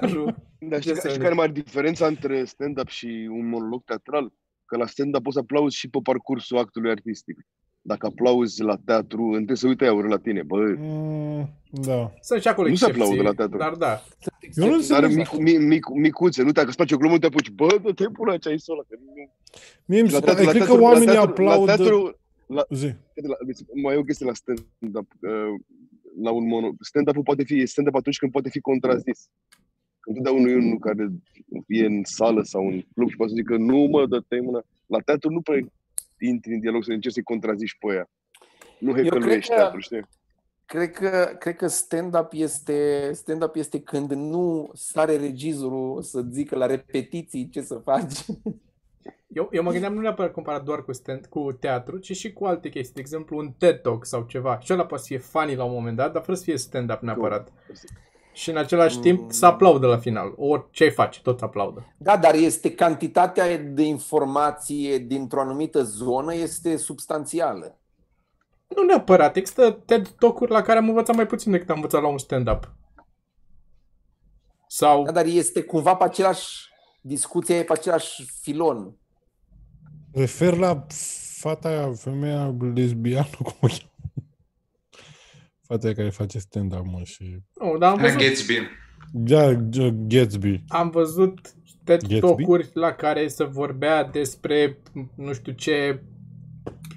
Speaker 1: Lui-
Speaker 4: Dar știi,
Speaker 1: Ce
Speaker 4: ca-
Speaker 1: să
Speaker 4: știi
Speaker 1: zic?
Speaker 4: care e mare diferența între stand-up și un monolog teatral? Că la stand-up poți să aplauzi și pe parcursul actului artistic. Dacă aplauzi la teatru, întâi să uite aur la tine, bă.
Speaker 2: Mm, da.
Speaker 1: Sunt și acolo
Speaker 4: Nu se
Speaker 1: excepții,
Speaker 4: aplaudă la teatru.
Speaker 1: Dar da.
Speaker 2: Eu nu
Speaker 4: Dar
Speaker 2: înțeleg.
Speaker 3: Exact.
Speaker 4: micu, mi, micu, micuțe, nu dacă îți place o glumă, te apuci, bă, dă te pula ce ai sola. Că nu...
Speaker 2: Mie îmi
Speaker 4: La
Speaker 3: Exact.
Speaker 2: se pare,
Speaker 4: la
Speaker 2: cred că
Speaker 4: la
Speaker 2: oamenii
Speaker 4: teatru, La
Speaker 2: aplaudă...
Speaker 4: teatru,
Speaker 2: Zi.
Speaker 4: la, deci, mai e o chestie la stand-up. uh, La un mono... Stand-up-ul poate fi e stand-up atunci când poate fi contrazis. Când tu dai unui unul care e în sală sau în club și poate să zică nu mă, dă-te mâna. La teatru nu prea intri în dialog să încerci să-i contrazici pe aia. Nu hecăluiești
Speaker 3: cred că-
Speaker 4: teatru, știi?
Speaker 3: Cred că, cred că stand-up, este, stand-up este când nu sare regizorul să zică la repetiții ce să faci.
Speaker 1: Eu, eu mă gândeam nu neapărat comparat doar cu, stand, cu teatru, ci și cu alte chestii. De exemplu, un TED Talk sau ceva. Și ăla poate să fie funny la un moment dat, dar fără să fie stand-up neapărat. Și în același
Speaker 3: Mm.
Speaker 1: timp să aplaudă la final. Orice faci, tot aplaudă.
Speaker 3: Da, dar este cantitatea de informație dintr-o anumită zonă este substanțială.
Speaker 1: Nu neapărat. Există TED Talk-uri la care am învățat mai puțin decât am învățat la un stand-up. Sau...
Speaker 3: Da, dar este cumva pe același discuția e pe același filon.
Speaker 2: Refer la fata aia, femeia lesbiană, cum o cheamă. Fata aia care face stand-up, mă, și...
Speaker 1: Nu, dar am
Speaker 5: Hannah
Speaker 1: văzut,
Speaker 5: Gatsby.
Speaker 2: Da, G- Gatsby.
Speaker 1: am văzut TED
Speaker 2: Gatsby?
Speaker 1: Talk-uri la care se vorbea despre nu știu ce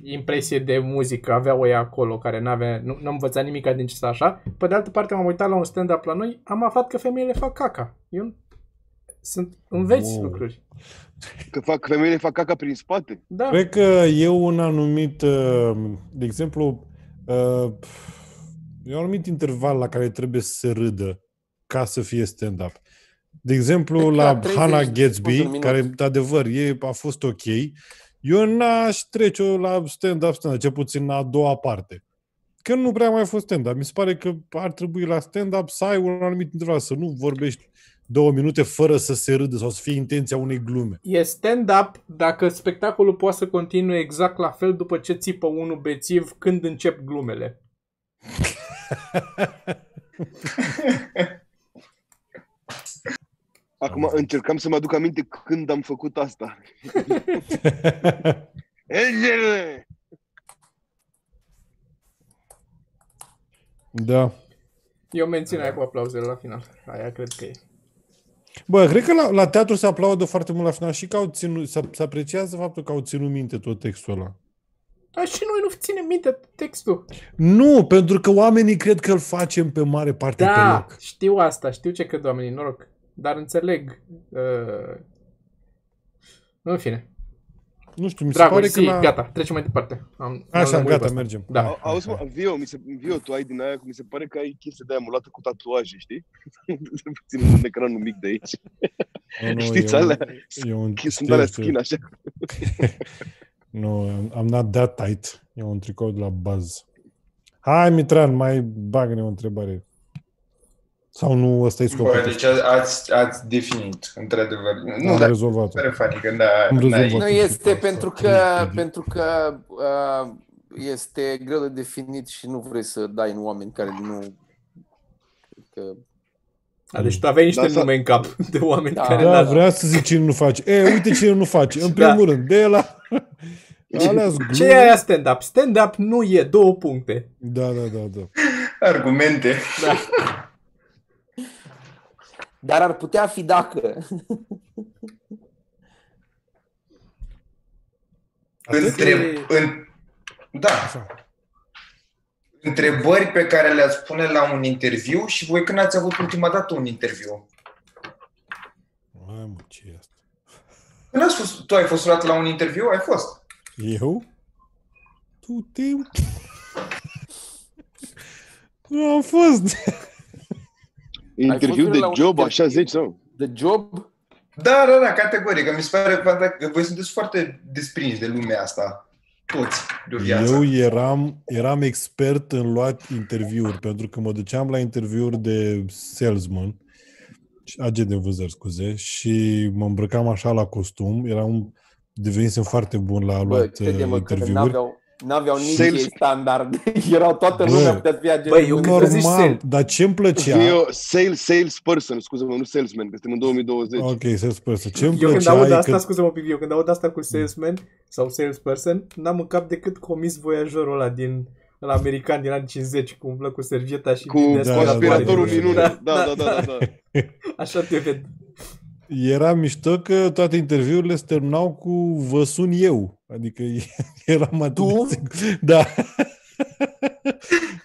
Speaker 1: impresie de muzică aveau ei acolo, care n-avea, nu, n-am învățat nimic din ce să așa. Pe de altă parte m-am uitat la un stand-up la noi, am aflat că femeile fac caca. Eu sunt, înveți
Speaker 2: Wow.
Speaker 1: lucruri.
Speaker 4: Că fac, femeile fac caca prin spate.
Speaker 1: Da,
Speaker 2: Cred că e un anumit, uh, de exemplu, uh, e un anumit interval la care trebuie să se râdă ca să fie stand-up. De exemplu,
Speaker 3: Cred că
Speaker 2: la
Speaker 3: 30
Speaker 2: Hannah
Speaker 3: de secunde, un
Speaker 2: Gatsby,
Speaker 3: minut.
Speaker 2: care, de adevăr, e, a fost ok, eu n-aș trece la stand-up, stand-up, cel puțin la a doua parte. Că nu prea mai fost stand-up. Mi se pare că ar trebui la stand-up să ai un anumit interval, să nu vorbești două minute fără să se râdă sau să fie intenția unei glume.
Speaker 1: e stand-up dacă spectacolul poate să continue exact la fel după ce țipă unul bețiv când încep glumele.
Speaker 4: Acum încercam să-mi aduc aminte când am făcut asta. Engele!
Speaker 2: Da.
Speaker 1: Eu mențin aia cu aplauzele la final. Aia cred că e.
Speaker 2: Bă, cred că la, la teatru se aplaudă foarte mult la final și că au ținut, se, se apreciază faptul că au ținut minte tot textul ăla.
Speaker 1: Dar și noi nu ținem minte textul.
Speaker 2: Nu, pentru că oamenii cred că îl facem pe mare parte pe
Speaker 1: Da,
Speaker 2: loc.
Speaker 1: știu asta, știu ce cred oamenii, noroc. Dar înțeleg. Uh... În fine.
Speaker 2: Nu știu, mi se
Speaker 1: Dragul,
Speaker 2: pare că
Speaker 1: zi,
Speaker 2: la...
Speaker 1: la... gata, trecem mai departe. Am, am
Speaker 2: Așa,
Speaker 1: lămurit
Speaker 2: gata,
Speaker 1: asta.
Speaker 2: mergem.
Speaker 1: Da.
Speaker 2: Hai,
Speaker 4: A- Auzi,
Speaker 2: hai,
Speaker 4: mă, Vio, mi se, Vio, tu ai din aia, mi se pare că ai chestia de-aia mulată cu tatuaje, știi? *laughs* Puțin un ecranul mic de aici.
Speaker 2: hai. Nu, nu,
Speaker 4: Știți
Speaker 2: eu-
Speaker 4: alea?
Speaker 2: eu un-
Speaker 4: Sunt
Speaker 2: știu,
Speaker 4: alea
Speaker 2: știu.
Speaker 4: skin, așa.
Speaker 2: Nu, I'm- I'm not that tight. E un tricou de la Buzz. Hai, Mitran, mai bagă-ne o întrebare. Sau nu, ăsta e scopul.
Speaker 6: Bă,
Speaker 2: Deci,
Speaker 6: deci ați, ați definit, într-adevăr. Nu,
Speaker 2: am
Speaker 6: dar
Speaker 2: rezolvat
Speaker 6: pare funny când da,
Speaker 2: Am rezolvat.
Speaker 6: n-ai-
Speaker 3: Nu
Speaker 2: Foarte
Speaker 3: este
Speaker 2: simplu,
Speaker 3: pentru
Speaker 2: foarte
Speaker 3: că,
Speaker 2: simplu.
Speaker 3: pentru că uh, este greu de definit și nu vrei să dai în oameni care nu... cred Că...
Speaker 1: Da, deci tu aveai niște
Speaker 4: Dar să-
Speaker 1: nume în cap de oameni
Speaker 3: Da.
Speaker 1: care
Speaker 2: Da,
Speaker 1: n-ar-
Speaker 2: vrea să zic cine nu face. E, uite cine nu face. În primul rând, de la... Aleas
Speaker 1: Ce e
Speaker 2: glume.
Speaker 1: aia stand-up? Stand-up nu e două puncte.
Speaker 2: Da, da, da, da.
Speaker 6: Argumente.
Speaker 3: Dar ar putea fi dacă... *laughs*
Speaker 6: Întreb, în, da,
Speaker 2: Așa.
Speaker 6: întrebări pe care le-ați pune la un interviu și voi când ați avut ultima dată un interviu?
Speaker 2: Hai, mă, ce e asta?
Speaker 6: Când ați fost, tu ai fost luat la un interviu? Ai fost.
Speaker 2: Eu? Tu te... Nu am fost.
Speaker 4: Interviu
Speaker 3: fost
Speaker 4: de
Speaker 3: la un
Speaker 4: job,
Speaker 3: interviu?
Speaker 4: așa zici, sau?
Speaker 3: The job?
Speaker 6: Da, da, da, categoric. Mi se pare fantastic că voi sunteți foarte desprinși de lumea asta. Toți, de o viață.
Speaker 2: Eu eram, eram expert în luat interviuri, pentru că mă duceam la interviuri de salesman, și- agent de vânzări, scuze, și mă îmbrăcam așa la costum, eram devenisem foarte bun la
Speaker 3: Bă,
Speaker 2: luat uh,
Speaker 3: crede-mă că
Speaker 2: interviuri.
Speaker 3: n-aveau, n-aveau nici
Speaker 4: Sales-
Speaker 3: ei standard. *laughs* Erau toată
Speaker 2: Bă.
Speaker 3: lumea putea să fie agent
Speaker 1: Băi,
Speaker 3: de
Speaker 1: eu-
Speaker 3: vânzări.
Speaker 1: Că zici
Speaker 2: Normal,
Speaker 1: sales.
Speaker 2: dar ce îmi plăcea...
Speaker 4: Eu, sales, salesperson, scuze-mă, nu salesman, că suntem în 2020.
Speaker 2: Ok, salesperson. Ce îmi
Speaker 1: Eu când
Speaker 2: plăcea
Speaker 1: aud
Speaker 2: e
Speaker 1: asta,
Speaker 2: că
Speaker 1: scuze-mă pic, eu când aud asta cu salesman sau salesperson, n-am în cap decât comis voiajorul ăla din la american din anii 50, cu umblă cu servieta și
Speaker 4: Cu
Speaker 1: vinde
Speaker 2: da,
Speaker 1: asta la
Speaker 4: conspiratorul
Speaker 1: toate.
Speaker 2: da, da,
Speaker 4: minune. Da, da, da, da. da.
Speaker 1: Așa te ved.
Speaker 2: Era mișto că toate interviurile se terminau cu vă sun eu. Adică *laughs* eram atât
Speaker 3: Tu?
Speaker 2: de sigur. Da. *laughs*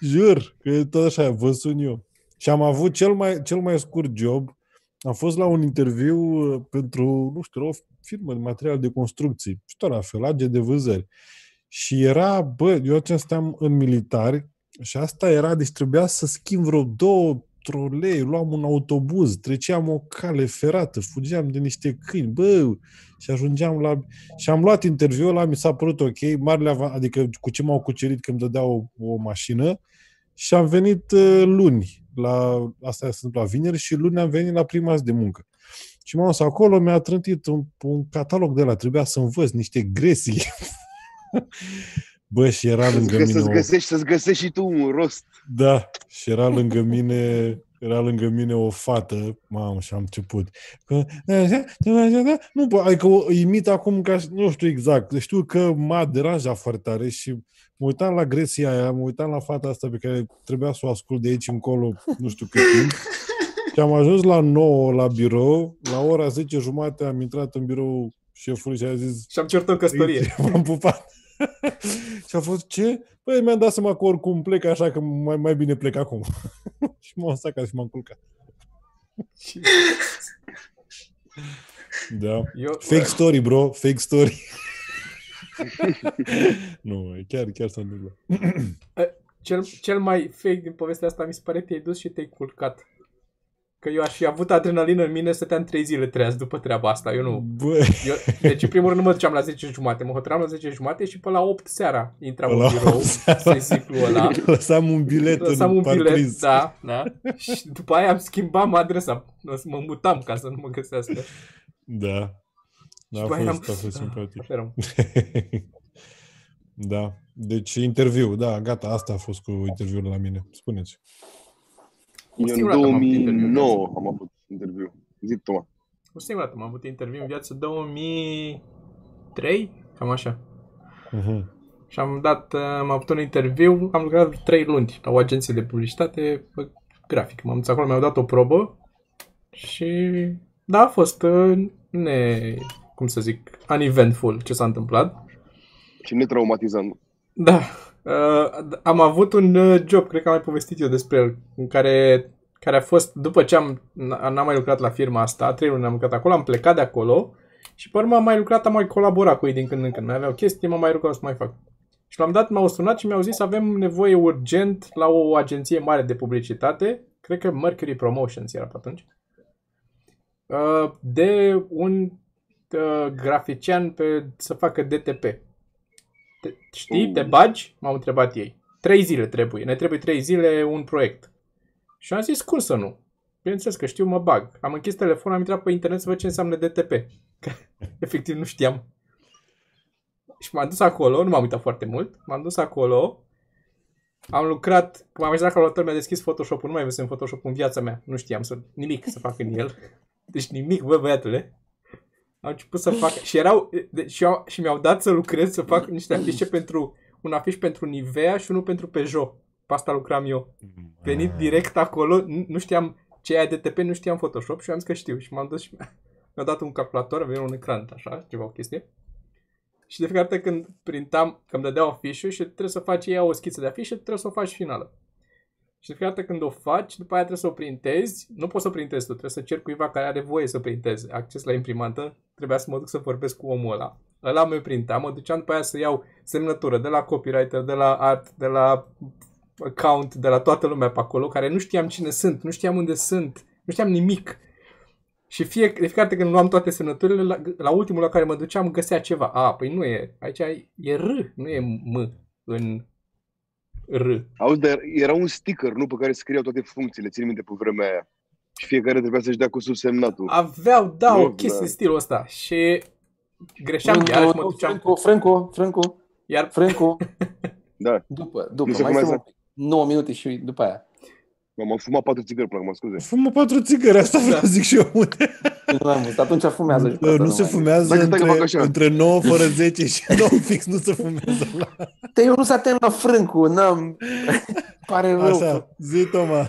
Speaker 2: Jur că tot așa, vă sun eu. Și am avut cel mai, cel mai scurt job. Am fost la un interviu uh, pentru, nu știu, o firmă de material de construcții. Și tot la fel, agent de vânzări. Și era, bă, eu atunci stăteam în militari și asta era, deci trebuia să schimb vreo două trolei, luam un autobuz, treceam o cale ferată, fugeam de niște câini, bă, și ajungeam la... Și am luat interviul ăla, mi s-a părut ok, marele avan... adică cu ce m-au cucerit când îmi dădeau o, o mașină și am venit uh, luni, la... asta se întâmpla vineri și luni am venit la prima zi de muncă. Și m-am dus acolo, mi-a trântit un, un catalog de la, trebuia să învăț niște gresii. *laughs* Bă, și era lângă
Speaker 4: Să-
Speaker 2: mine
Speaker 4: Să-ți
Speaker 2: o-
Speaker 4: găsești, să-ți găsești și tu un rost.
Speaker 2: da, și era lângă mine, era lângă mine o fată, mamă, și am început. Că, "Eh, Nu, bă, adică o imit acum ca, și- nu știu exact, știu că m-a deranjat foarte tare și mă uitam la gresia aia, mă uitam la fata asta pe care trebuia să o ascult de aici încolo, nu știu cât timp. Și am ajuns la 9 la birou, la ora 10 jumate am intrat în birou șefului și a zis,
Speaker 1: Și am cerut o căsătorie.
Speaker 2: *laughs* M-am pupat. și a fost ce? Păi mi-am dat seama că oricum plec așa că mai, mai bine plec acum. *laughs* și m-am stat acasă și m-am culcat. Da.
Speaker 1: Eu,
Speaker 2: Fake story, bro. Fake story. *laughs* nu, e chiar, chiar s-a întâmplat.
Speaker 1: cel, cel mai fake din povestea asta mi se pare că te-ai dus și te-ai culcat. Că eu aș fi avut adrenalină în mine, stăteam trei zile treaz după treaba asta, eu nu.
Speaker 2: Bă,
Speaker 1: Eu, deci, în primul rând, nu mă duceam la 10 jumate, mă hotăram la 10 jumate și pe la 8 seara intram
Speaker 2: Pe
Speaker 1: în
Speaker 2: la
Speaker 1: *laughs* birou,
Speaker 2: 8 seara.
Speaker 1: sensicul ăla.
Speaker 2: *laughs* lăsam un bilet
Speaker 1: Lăsam
Speaker 2: în
Speaker 1: un
Speaker 2: parbriz.
Speaker 1: bilet, da, da. Și după aia am schimbat adresa, mă mutam ca să nu mă găsească.
Speaker 2: Da. Da, a
Speaker 1: după aia
Speaker 2: fost,
Speaker 1: am-
Speaker 2: a fost simpatic.
Speaker 1: Așa rău.
Speaker 2: *laughs* da. Deci interviu, da, gata, asta a fost cu interviul la mine. Spuneți.
Speaker 4: Eu în
Speaker 1: Singura dată am avut interviu în
Speaker 3: da.
Speaker 4: 2009 am avut interviu. Zi, Toma.
Speaker 1: O singură dată m-am avut interviu în viață, 2003, cam așa.
Speaker 2: Uh-huh.
Speaker 3: Mhm.
Speaker 1: Și am dat, uh, am avut un interviu, am lucrat 3 luni la o agenție de publicitate, pe grafic. M-am dus acolo, mi-au dat o probă și da, a fost uh, ne, cum să zic, uneventful ce s-a întâmplat.
Speaker 4: Și ne traumatizam.
Speaker 1: Da. Uh, am avut un uh, job, cred că am mai povestit eu despre el, în care, care a fost, după ce am, n- n-am mai lucrat la firma asta, trei luni am lucrat acolo, am plecat de acolo și pe urmă am mai lucrat, am mai colaborat cu ei din când în când. Mai aveau chestii, m-am mai rugat să mai fac. Și la un moment dat m-au sunat și mi-au zis avem nevoie urgent la o agenție mare de publicitate, cred că Mercury Promotions era pe atunci, uh, de un uh, grafician pe, să facă DTP. Te, știi, te bagi? M-au întrebat ei. Trei zile trebuie. Ne trebuie trei zile un proiect. Și am zis, cum să nu? Bineînțeles că știu, mă bag. Am închis *laughs* telefonul, am intrat pe internet să văd ce înseamnă DTP. Că, efectiv, nu știam. Și m-am dus acolo, nu m-am uitat foarte mult, m-am dus acolo, am lucrat, m-am ajuns la calculator, mi-a deschis Photoshop-ul, nu mai văzusem Photoshop în viața mea, nu știam să, nimic să fac în el. Deci nimic, bă, băiatule. Am început să fac și erau de, și, au, și mi-au dat să lucrez să fac niște afișe pentru un afiș pentru Nivea și unul pentru Peugeot. Pe asta lucram eu.
Speaker 3: Ah.
Speaker 2: Ah.
Speaker 1: Venit direct acolo, nu- nu știam ce e DTP, nu știam Photoshop și am zis că știu. Și m-am dus și *laughs* mi-a dat un calculator, avea un ecran, așa, ceva o chestie. Și de fiecare dată când printam, că îmi dădeau afișul și trebuie să faci ea o schiță de afiș și trebuie să o faci finală. Și de fiecare dată când o faci, după aia trebuie să o printezi, nu poți să o printezi tu, trebuie să ceri cuiva care are voie să printeze acces la imprimantă, trebuia să mă duc să vorbesc cu omul ăla. Ăla mi-o printa, mă duceam după aia să iau semnătură de la copywriter, de la art, de la account, de la toată lumea pe acolo, care nu știam cine sunt, nu știam unde sunt, nu știam nimic. Și fie, de fiecare dată când luam toate semnăturile, la, la ultimul la care mă duceam găsea ceva. A, păi nu e, aici e R, nu e M în R.
Speaker 4: Auzi, dar era un sticker, nu? Pe care scriau toate funcțiile, țin minte pe vremea aia. Și fiecare trebuia să-și dea cu subsemnatul.
Speaker 1: Aveau, da,
Speaker 4: Nu,
Speaker 1: o chestie
Speaker 4: da.
Speaker 1: de stilul ăsta și greșeam de iarăși mă duceam.
Speaker 3: Franco, Franco, Franco,
Speaker 1: Iar
Speaker 3: Franco.
Speaker 4: Da.
Speaker 3: După, după,
Speaker 4: Nu se
Speaker 3: mai
Speaker 4: fumează.
Speaker 3: stăm un pic. 9 minute și după aia.
Speaker 4: M-am fumat patru țigări până acum, scuze.
Speaker 2: Fumă patru țigări, asta vreau
Speaker 1: Da.
Speaker 2: să zic și eu unde.
Speaker 3: Nu am văzut, atunci fumează. și pe
Speaker 2: Uh,
Speaker 3: asta
Speaker 2: Nu
Speaker 1: da.
Speaker 2: se
Speaker 3: mai-
Speaker 2: fumează
Speaker 4: Stai că- stai că fac
Speaker 2: între,
Speaker 4: așa.
Speaker 2: între 9 fără 10 și *laughs* 9 fix, nu se fumează.
Speaker 3: Te eu nu s-a la Frâncu,
Speaker 2: *laughs*
Speaker 3: n-am... Pare rău.
Speaker 2: Așa, zi Toma.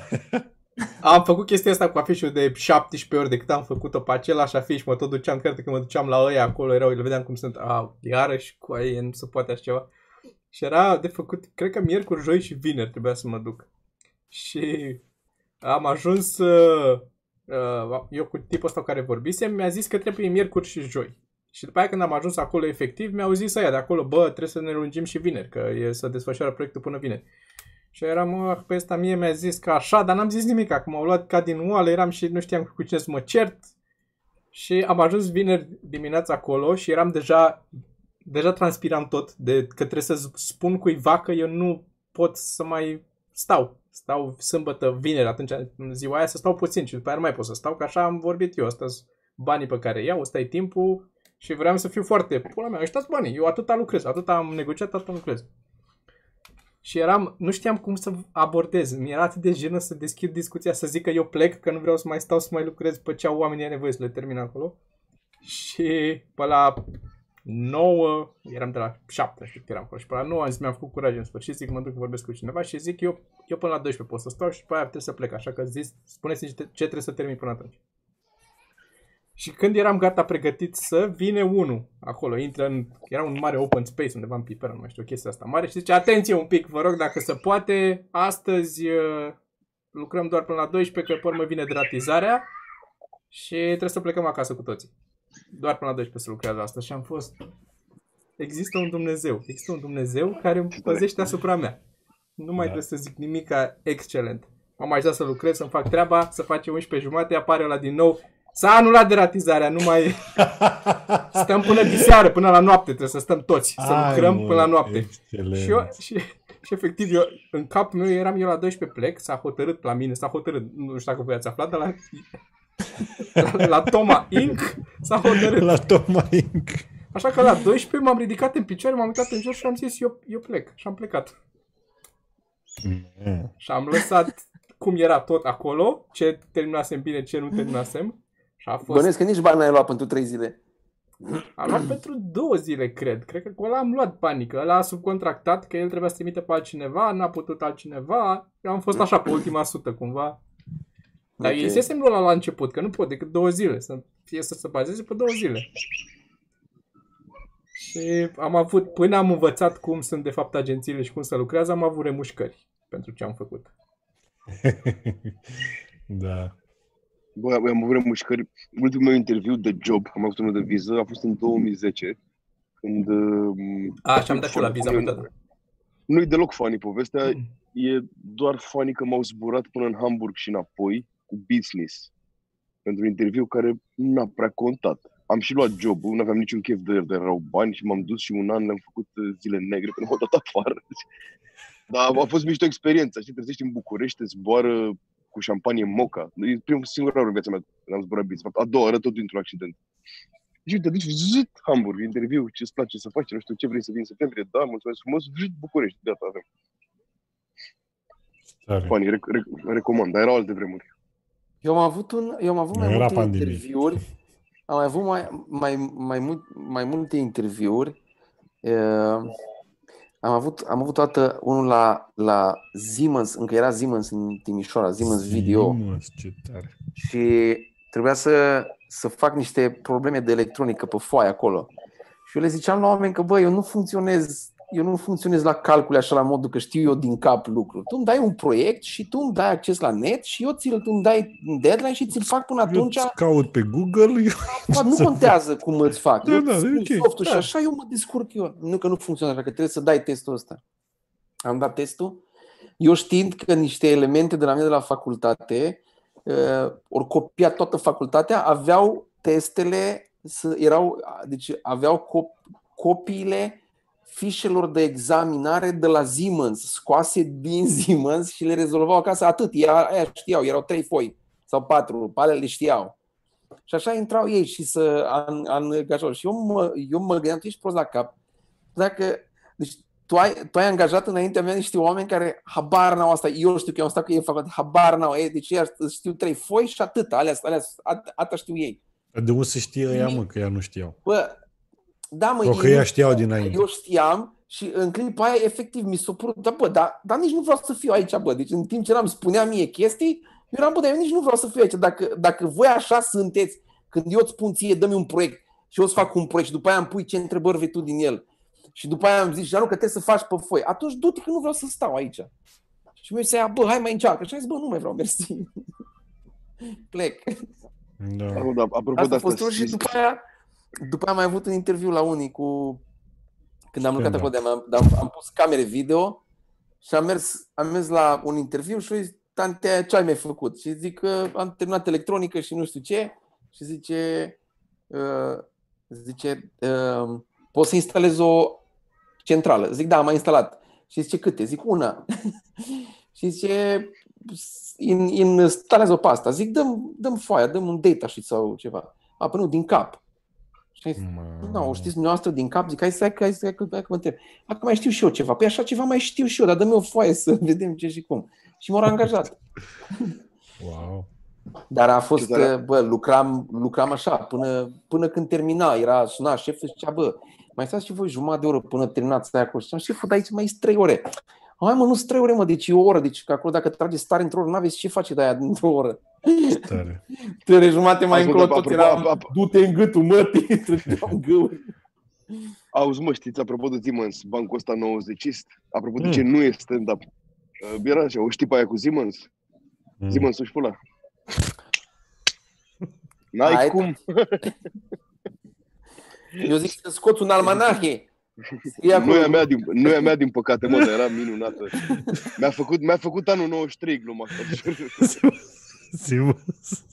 Speaker 1: am făcut chestia asta cu afișul de 17 ori de cât am făcut-o pe același afiș, mă tot duceam, cred că mă duceam la ăia acolo, erau, le vedeam cum sunt, a, iarăși cu aia, nu se poate așa ceva. Și era de făcut, cred că miercuri, joi și vineri trebuia să mă duc. Și am ajuns, uh, uh, eu cu tipul ăsta cu care vorbisem, mi-a zis că trebuie miercuri și joi. Și după aia când am ajuns acolo efectiv, mi-au zis aia de acolo, bă, trebuie să ne lungim și vineri, că e să desfășoară proiectul până vineri. Și eram, "Ah, pe ăsta mie mi-a zis că așa, dar n-am zis nimic, acum au luat ca din oală, eram și nu știam cu cine să mă cert. Și am ajuns vineri dimineața acolo și eram deja, deja transpiram tot, de că trebuie să spun cuiva că eu nu pot să mai stau. Stau sâmbătă, vineri, atunci în ziua aia să stau puțin și după aia nu mai pot să stau, că așa am vorbit eu, ăsta banii pe care îi iau, ăsta e timpul și vreau să fiu foarte, pula mea, ăștia banii, eu atâta lucrez, atâta am negociat, atâta lucrez. Și eram, nu știam cum să abordez. Mi-era atât de jenă să deschid discuția, să zic că eu plec, că nu vreau să mai stau să mai lucrez pe ce au oamenii nevoie să le termin acolo. Și pe la 9, eram de la 7, știu că eram acolo, și pe la 9 am zis, mi-am făcut curaj în sfârșit, zic, mă duc vorbesc cu cineva și zic, eu, eu până la 12 pot să stau și după aia trebuie să plec, așa că zis, spuneți ce, ce trebuie să termin până atunci. Și când eram gata pregătit să, vine unul acolo, intră în, era un mare open space undeva în piperă, nu mai știu, chestia asta mare și zice, atenție un pic, vă rog, dacă se poate, astăzi uh, lucrăm doar până la 12, că pe urmă vine dratizarea și trebuie să plecăm acasă cu toții. Doar până la 12 se lucrează asta și am fost... Există un Dumnezeu, există un Dumnezeu care îmi păzește asupra mea. Nu mai
Speaker 2: Da.
Speaker 1: trebuie să zic nimica excelent. M-am ajutat să lucrez, să-mi fac treaba, să face 11 jumate, apare la din nou, S-a anulat deratizarea, nu
Speaker 2: *laughs*
Speaker 1: mai stăm până diseară, până la noapte, trebuie să stăm toți, să
Speaker 2: Ai,
Speaker 1: lucrăm
Speaker 2: mă,
Speaker 1: până la noapte.
Speaker 2: Excelent.
Speaker 1: Și, eu, și, *laughs* și efectiv, eu, în capul meu eram eu la 12 plec, s-a hotărât la mine, s-a hotărât, nu știu dacă voi ați aflat, dar la, la, *laughs* la Toma Inc. s-a hotărât.
Speaker 2: La Toma
Speaker 1: *laughs*
Speaker 2: Inc.
Speaker 1: Așa că la 12 m-am ridicat în picioare, m-am uitat în jos și am zis, eu, eu plec. Și am plecat. Și am lăsat *laughs* cum era tot acolo, ce terminasem bine, ce nu terminasem. Și a fost
Speaker 3: Bănuiesc că nici bani n-ai luat pentru 3 zile.
Speaker 1: Am luat pentru două zile, cred. Cred că cu ăla am luat panică. Ăla a subcontractat că el trebuia să trimite pe altcineva, n-a putut altcineva. Eu am fost așa pe ultima sută, cumva. Dar
Speaker 3: Ok.
Speaker 1: okay. este semnul ăla la început, că nu pot decât două zile. Să fie să se bazeze pe două zile. Și am avut, până am învățat cum sunt de fapt agențiile și cum se lucrează, am avut remușcări pentru ce am făcut.
Speaker 2: Da.
Speaker 4: Bă, am avut remușcări. Ultimul meu interviu de job, am avut unul de viză, a fost în 2010, când... um,
Speaker 1: A, și am dat și eu la viză, am uitat.
Speaker 4: Nu-i deloc funny povestea, e doar funny că m-au zburat până în Hamburg și înapoi cu business. Pentru un interviu care n-a prea contat. Am și luat jobul, nu aveam niciun chef de el, dar erau bani și m-am dus și un an le-am făcut uh, zile negre până m-au dat afară. *laughs* Dar a fost mișto experiență, știi, trezești în București, te zboară cu șampanie moca. E primul singur oară în viața mea când am zburat business. A doua oară tot dintr-un accident. Și te duci, zit, Hamburg, interviu, ce îți place să faci, nu știu ce vrei să vii în septembrie, da, mulțumesc frumos, zit, București, gata, avem.
Speaker 2: Tare.
Speaker 4: Fanii, rec- rec- recomand, dar erau alte vremuri.
Speaker 3: Eu am avut, un, eu am avut mai
Speaker 2: Era
Speaker 3: multe
Speaker 2: pandemie.
Speaker 3: interviuri. Am avut mai, mai, mai, mult, mai multe interviuri. Uh, am avut, am avut toată unul la, la Siemens, încă era Siemens în Timișoara, Siemens Video.
Speaker 2: Siemens, ce tare.
Speaker 3: și trebuia să, să fac niște probleme de electronică pe foaie acolo. Și eu le ziceam la oameni că, bă, eu nu funcționez, eu nu funcționez la calcule așa la modul că știu eu din cap lucruri. Tu îmi dai un proiect și tu îmi dai acces la net și eu ți-l tu îmi dai un deadline și ți-l fac până
Speaker 2: Eu
Speaker 3: atunci.
Speaker 2: îți caut pe Google, eu...
Speaker 3: Bă, nu contează cum îți fac.
Speaker 2: Exact. Da, da,
Speaker 3: eu îți spun
Speaker 2: e ok.
Speaker 3: softul și
Speaker 1: Da.
Speaker 3: așa eu mă descurc eu. Nu că nu funcționează, că trebuie să dai testul ăsta. Am dat testul. Eu știind că niște elemente de la mine de la facultate, uh, ori copiat toată facultatea, aveau testele, să, erau, deci aveau cop, copiile fișelor de examinare de la Siemens, scoase din *laughs* Siemens și le rezolvau acasă atât. Ea, aia știau, erau trei foi sau patru, pe alea le știau. Și așa intrau ei și să an, angajau. Și eu mă, eu mă gândeam, tu ești prost la cap. Dacă, deci tu ai, tu ai angajat înaintea mea niște oameni care habar n-au asta. Eu știu că eu am stat cu ei în facultate, habar n-au. Ei, deci ei știu trei foi și atât. Alea, alea, at- atâta știu ei.
Speaker 2: De unde să știe ea, mă, că ea nu știau?
Speaker 3: Bă, da, mă,
Speaker 2: O că
Speaker 3: ei-
Speaker 2: ea știau dinainte.
Speaker 3: eu știam și în clipa aia, efectiv, mi s-a părut, da, bă, dar da, nici nu vreau să fiu aici, bă. Deci în timp ce eram, spunea mie chestii, eu eram, bă, dar eu nici nu vreau să fiu aici. Dacă, dacă voi așa sunteți, când eu îți spun ție, dă-mi un proiect și eu îți fac un proiect și după aia îmi pui ce întrebări vei tu din el. Și după aia am zis, nu, că trebuie să faci pe foi. Atunci du-te că nu vreau să stau aici. Și mi-a zis, aia, bă, hai mai încearcă. Și am zis, bă, nu mai vreau, *laughs* mersi. Plec.
Speaker 2: Da.
Speaker 4: Dar, nu, dar, apropo de
Speaker 3: Asta a
Speaker 4: asta,
Speaker 3: fost unul și după aia, după aia am mai avut un interviu la unii cu... Când am lucrat acolo,
Speaker 2: Stand-up.
Speaker 3: de am, am, am pus camere video și am mers, am mers la un interviu și eu zic, tante, ce ai mai făcut? Și zic că am terminat electronică și nu știu ce. Și zice, uh, zice, uh, poți să instalezi o centrală. Zic, da, am mai instalat. Și zice, câte? Zic, una. și zice, in, instalează-o pe asta. Zic, dăm, dăm foaia, dăm un data sheet sau ceva. A, păi nu, din cap. Și am zis,
Speaker 2: Mă,
Speaker 3: nu, o știți dumneavoastră din cap, zic, hai să, hai, să- hai, să- hai, că- hai că mă întreb. Acum mai știu și eu ceva. Păi așa ceva mai știu și eu, dar dă-mi o foaie să *laughs* vedem ce și cum. Și m-au angajat.
Speaker 2: Wow.
Speaker 3: Dar a fost,
Speaker 4: Ce tare.
Speaker 3: uh, bă, lucram, lucram așa, până, până când termina, era suna șeful și zicea, bă, mai stați și voi jumătate de oră până terminați să acolo. Și am șeful, dar aici mai sunt trei ore. Hai mă, nu sunt trei ore, mă, deci e o oră, deci că acolo dacă trageți tare într-o oră, n-aveți ce face de aia dintr-o oră.
Speaker 2: Tare.
Speaker 3: Trei ore jumate mai
Speaker 4: Ascultă,
Speaker 3: încolo, tot
Speaker 4: apropo, ap-
Speaker 3: era,
Speaker 4: ap-
Speaker 3: du-te în gâtul, mă, te *laughs* trăgeam în gâul.
Speaker 4: Auzi, mă, știți, apropo de Siemens, bancul ăsta 90 apropo de
Speaker 2: Mm.
Speaker 4: ce nu e stand-up, uh, era așa, o știi pe aia cu Siemens?
Speaker 2: Mm.
Speaker 3: Mm.
Speaker 2: *laughs*
Speaker 4: Siemens își pula. N-ai
Speaker 3: Hai,
Speaker 4: cum.
Speaker 3: Eu zic să scoți un almanahe. *laughs* Scrie
Speaker 4: Nu
Speaker 3: acolo.
Speaker 4: e a mea, din, nu e a mea, din păcate, mă, dar era minunată. Mi-a făcut, mi-a făcut anul 93 gluma asta.
Speaker 2: Siemens.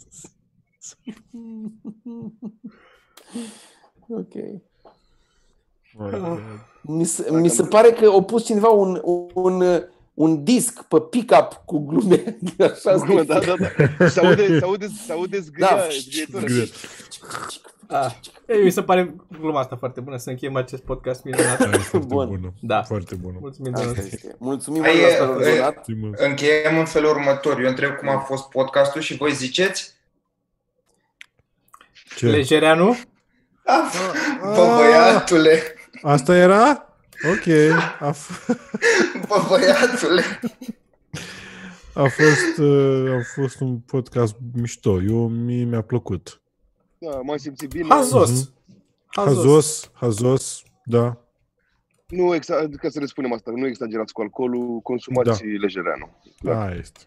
Speaker 3: *laughs* ok.
Speaker 2: Mă,
Speaker 3: Mi se,
Speaker 4: Dacă
Speaker 3: mi se
Speaker 4: nu-
Speaker 3: pare că a pus cineva un, un, un disc pe pick-up cu glume. *laughs* Așa
Speaker 4: Glumă,
Speaker 3: scrie.
Speaker 4: da, da, da. Se aude, se aude, se aude zgâia,
Speaker 3: Da.
Speaker 4: zgâietură.
Speaker 2: Greu.
Speaker 1: Ah. Ei, mi se pare gluma asta foarte bună să încheiem acest podcast minunat.
Speaker 2: Tare, foarte
Speaker 3: Bun.
Speaker 2: bună.
Speaker 1: Da.
Speaker 2: Foarte bună.
Speaker 1: Mulțumim,
Speaker 3: Asta
Speaker 1: doamne.
Speaker 3: este. Mulțumim
Speaker 6: Hai,
Speaker 3: mult
Speaker 6: e,
Speaker 3: că ați
Speaker 6: Păi, e,
Speaker 3: sunat.
Speaker 2: Siemens.
Speaker 6: Încheiem în felul următor. Eu întreb cum a fost podcastul și voi ziceți?
Speaker 2: Ce?
Speaker 1: Lejereanu?
Speaker 6: Ah, Bă, băiatule!
Speaker 2: Asta era? Ok. A, f-
Speaker 6: Bă, băiatule!
Speaker 2: a, fost, uh, a fost un podcast mișto. Eu, mie, mi-a plăcut.
Speaker 4: Da, m-am simțit bine.
Speaker 1: Hazos!
Speaker 2: Hazos, hazos, da.
Speaker 4: Nu, exa- ca să le spunem asta, nu exagerați cu alcoolul, consumați da. lejereanu. Da.
Speaker 2: Aia este.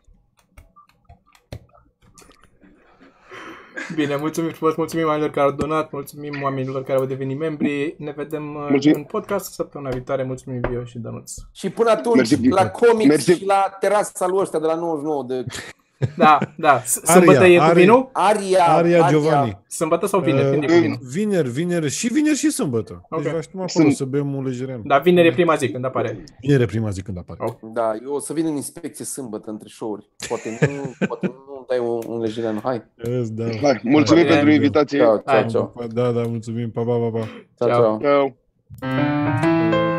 Speaker 1: Bine, mulțumim frumos, mulțumim oamenilor care au donat, mulțumim oamenilor care au devenit membri. Ne vedem uh,
Speaker 4: Mulțumim.
Speaker 1: în podcast săptămâna viitoare. Mulțumim, Vio și Danuț.
Speaker 3: Și până atunci,
Speaker 4: Mersi.
Speaker 3: la comics
Speaker 4: Mersi.
Speaker 3: și la terasa lui ăștia de la 99 de
Speaker 1: Da, da. S- Sâmbătă e cu
Speaker 2: are-
Speaker 1: vinul?
Speaker 3: Da, Aria,
Speaker 2: Aria Giovanni.
Speaker 1: Sâmbătă sau vineri? Când e cu
Speaker 2: Uh,
Speaker 1: vinul?
Speaker 2: Vineri, vineri și vineri și sâmbătă.
Speaker 1: Ok.
Speaker 2: Deci vă așteptăm acolo
Speaker 4: Sunt-
Speaker 2: să bem un lejerean.
Speaker 1: Da, vineri e prima zi când apare.
Speaker 2: Vineri e prima zi când apare.
Speaker 1: Ok.
Speaker 3: Da, eu o să vin în inspecție sâmbătă între show-uri. Poate nu, poate nu îmi dai un, un lejerean. Hai,
Speaker 2: Yes, Da.
Speaker 4: Hai, mulțumim
Speaker 1: Da.
Speaker 4: pentru
Speaker 2: Da.
Speaker 4: invitație.
Speaker 3: ciao,
Speaker 1: Hai.
Speaker 3: ciao, ciao.
Speaker 2: Da, da, mulțumim. Pa, pa, pa, pa.
Speaker 3: ciao, ciao.
Speaker 4: Ciao.
Speaker 3: ciao.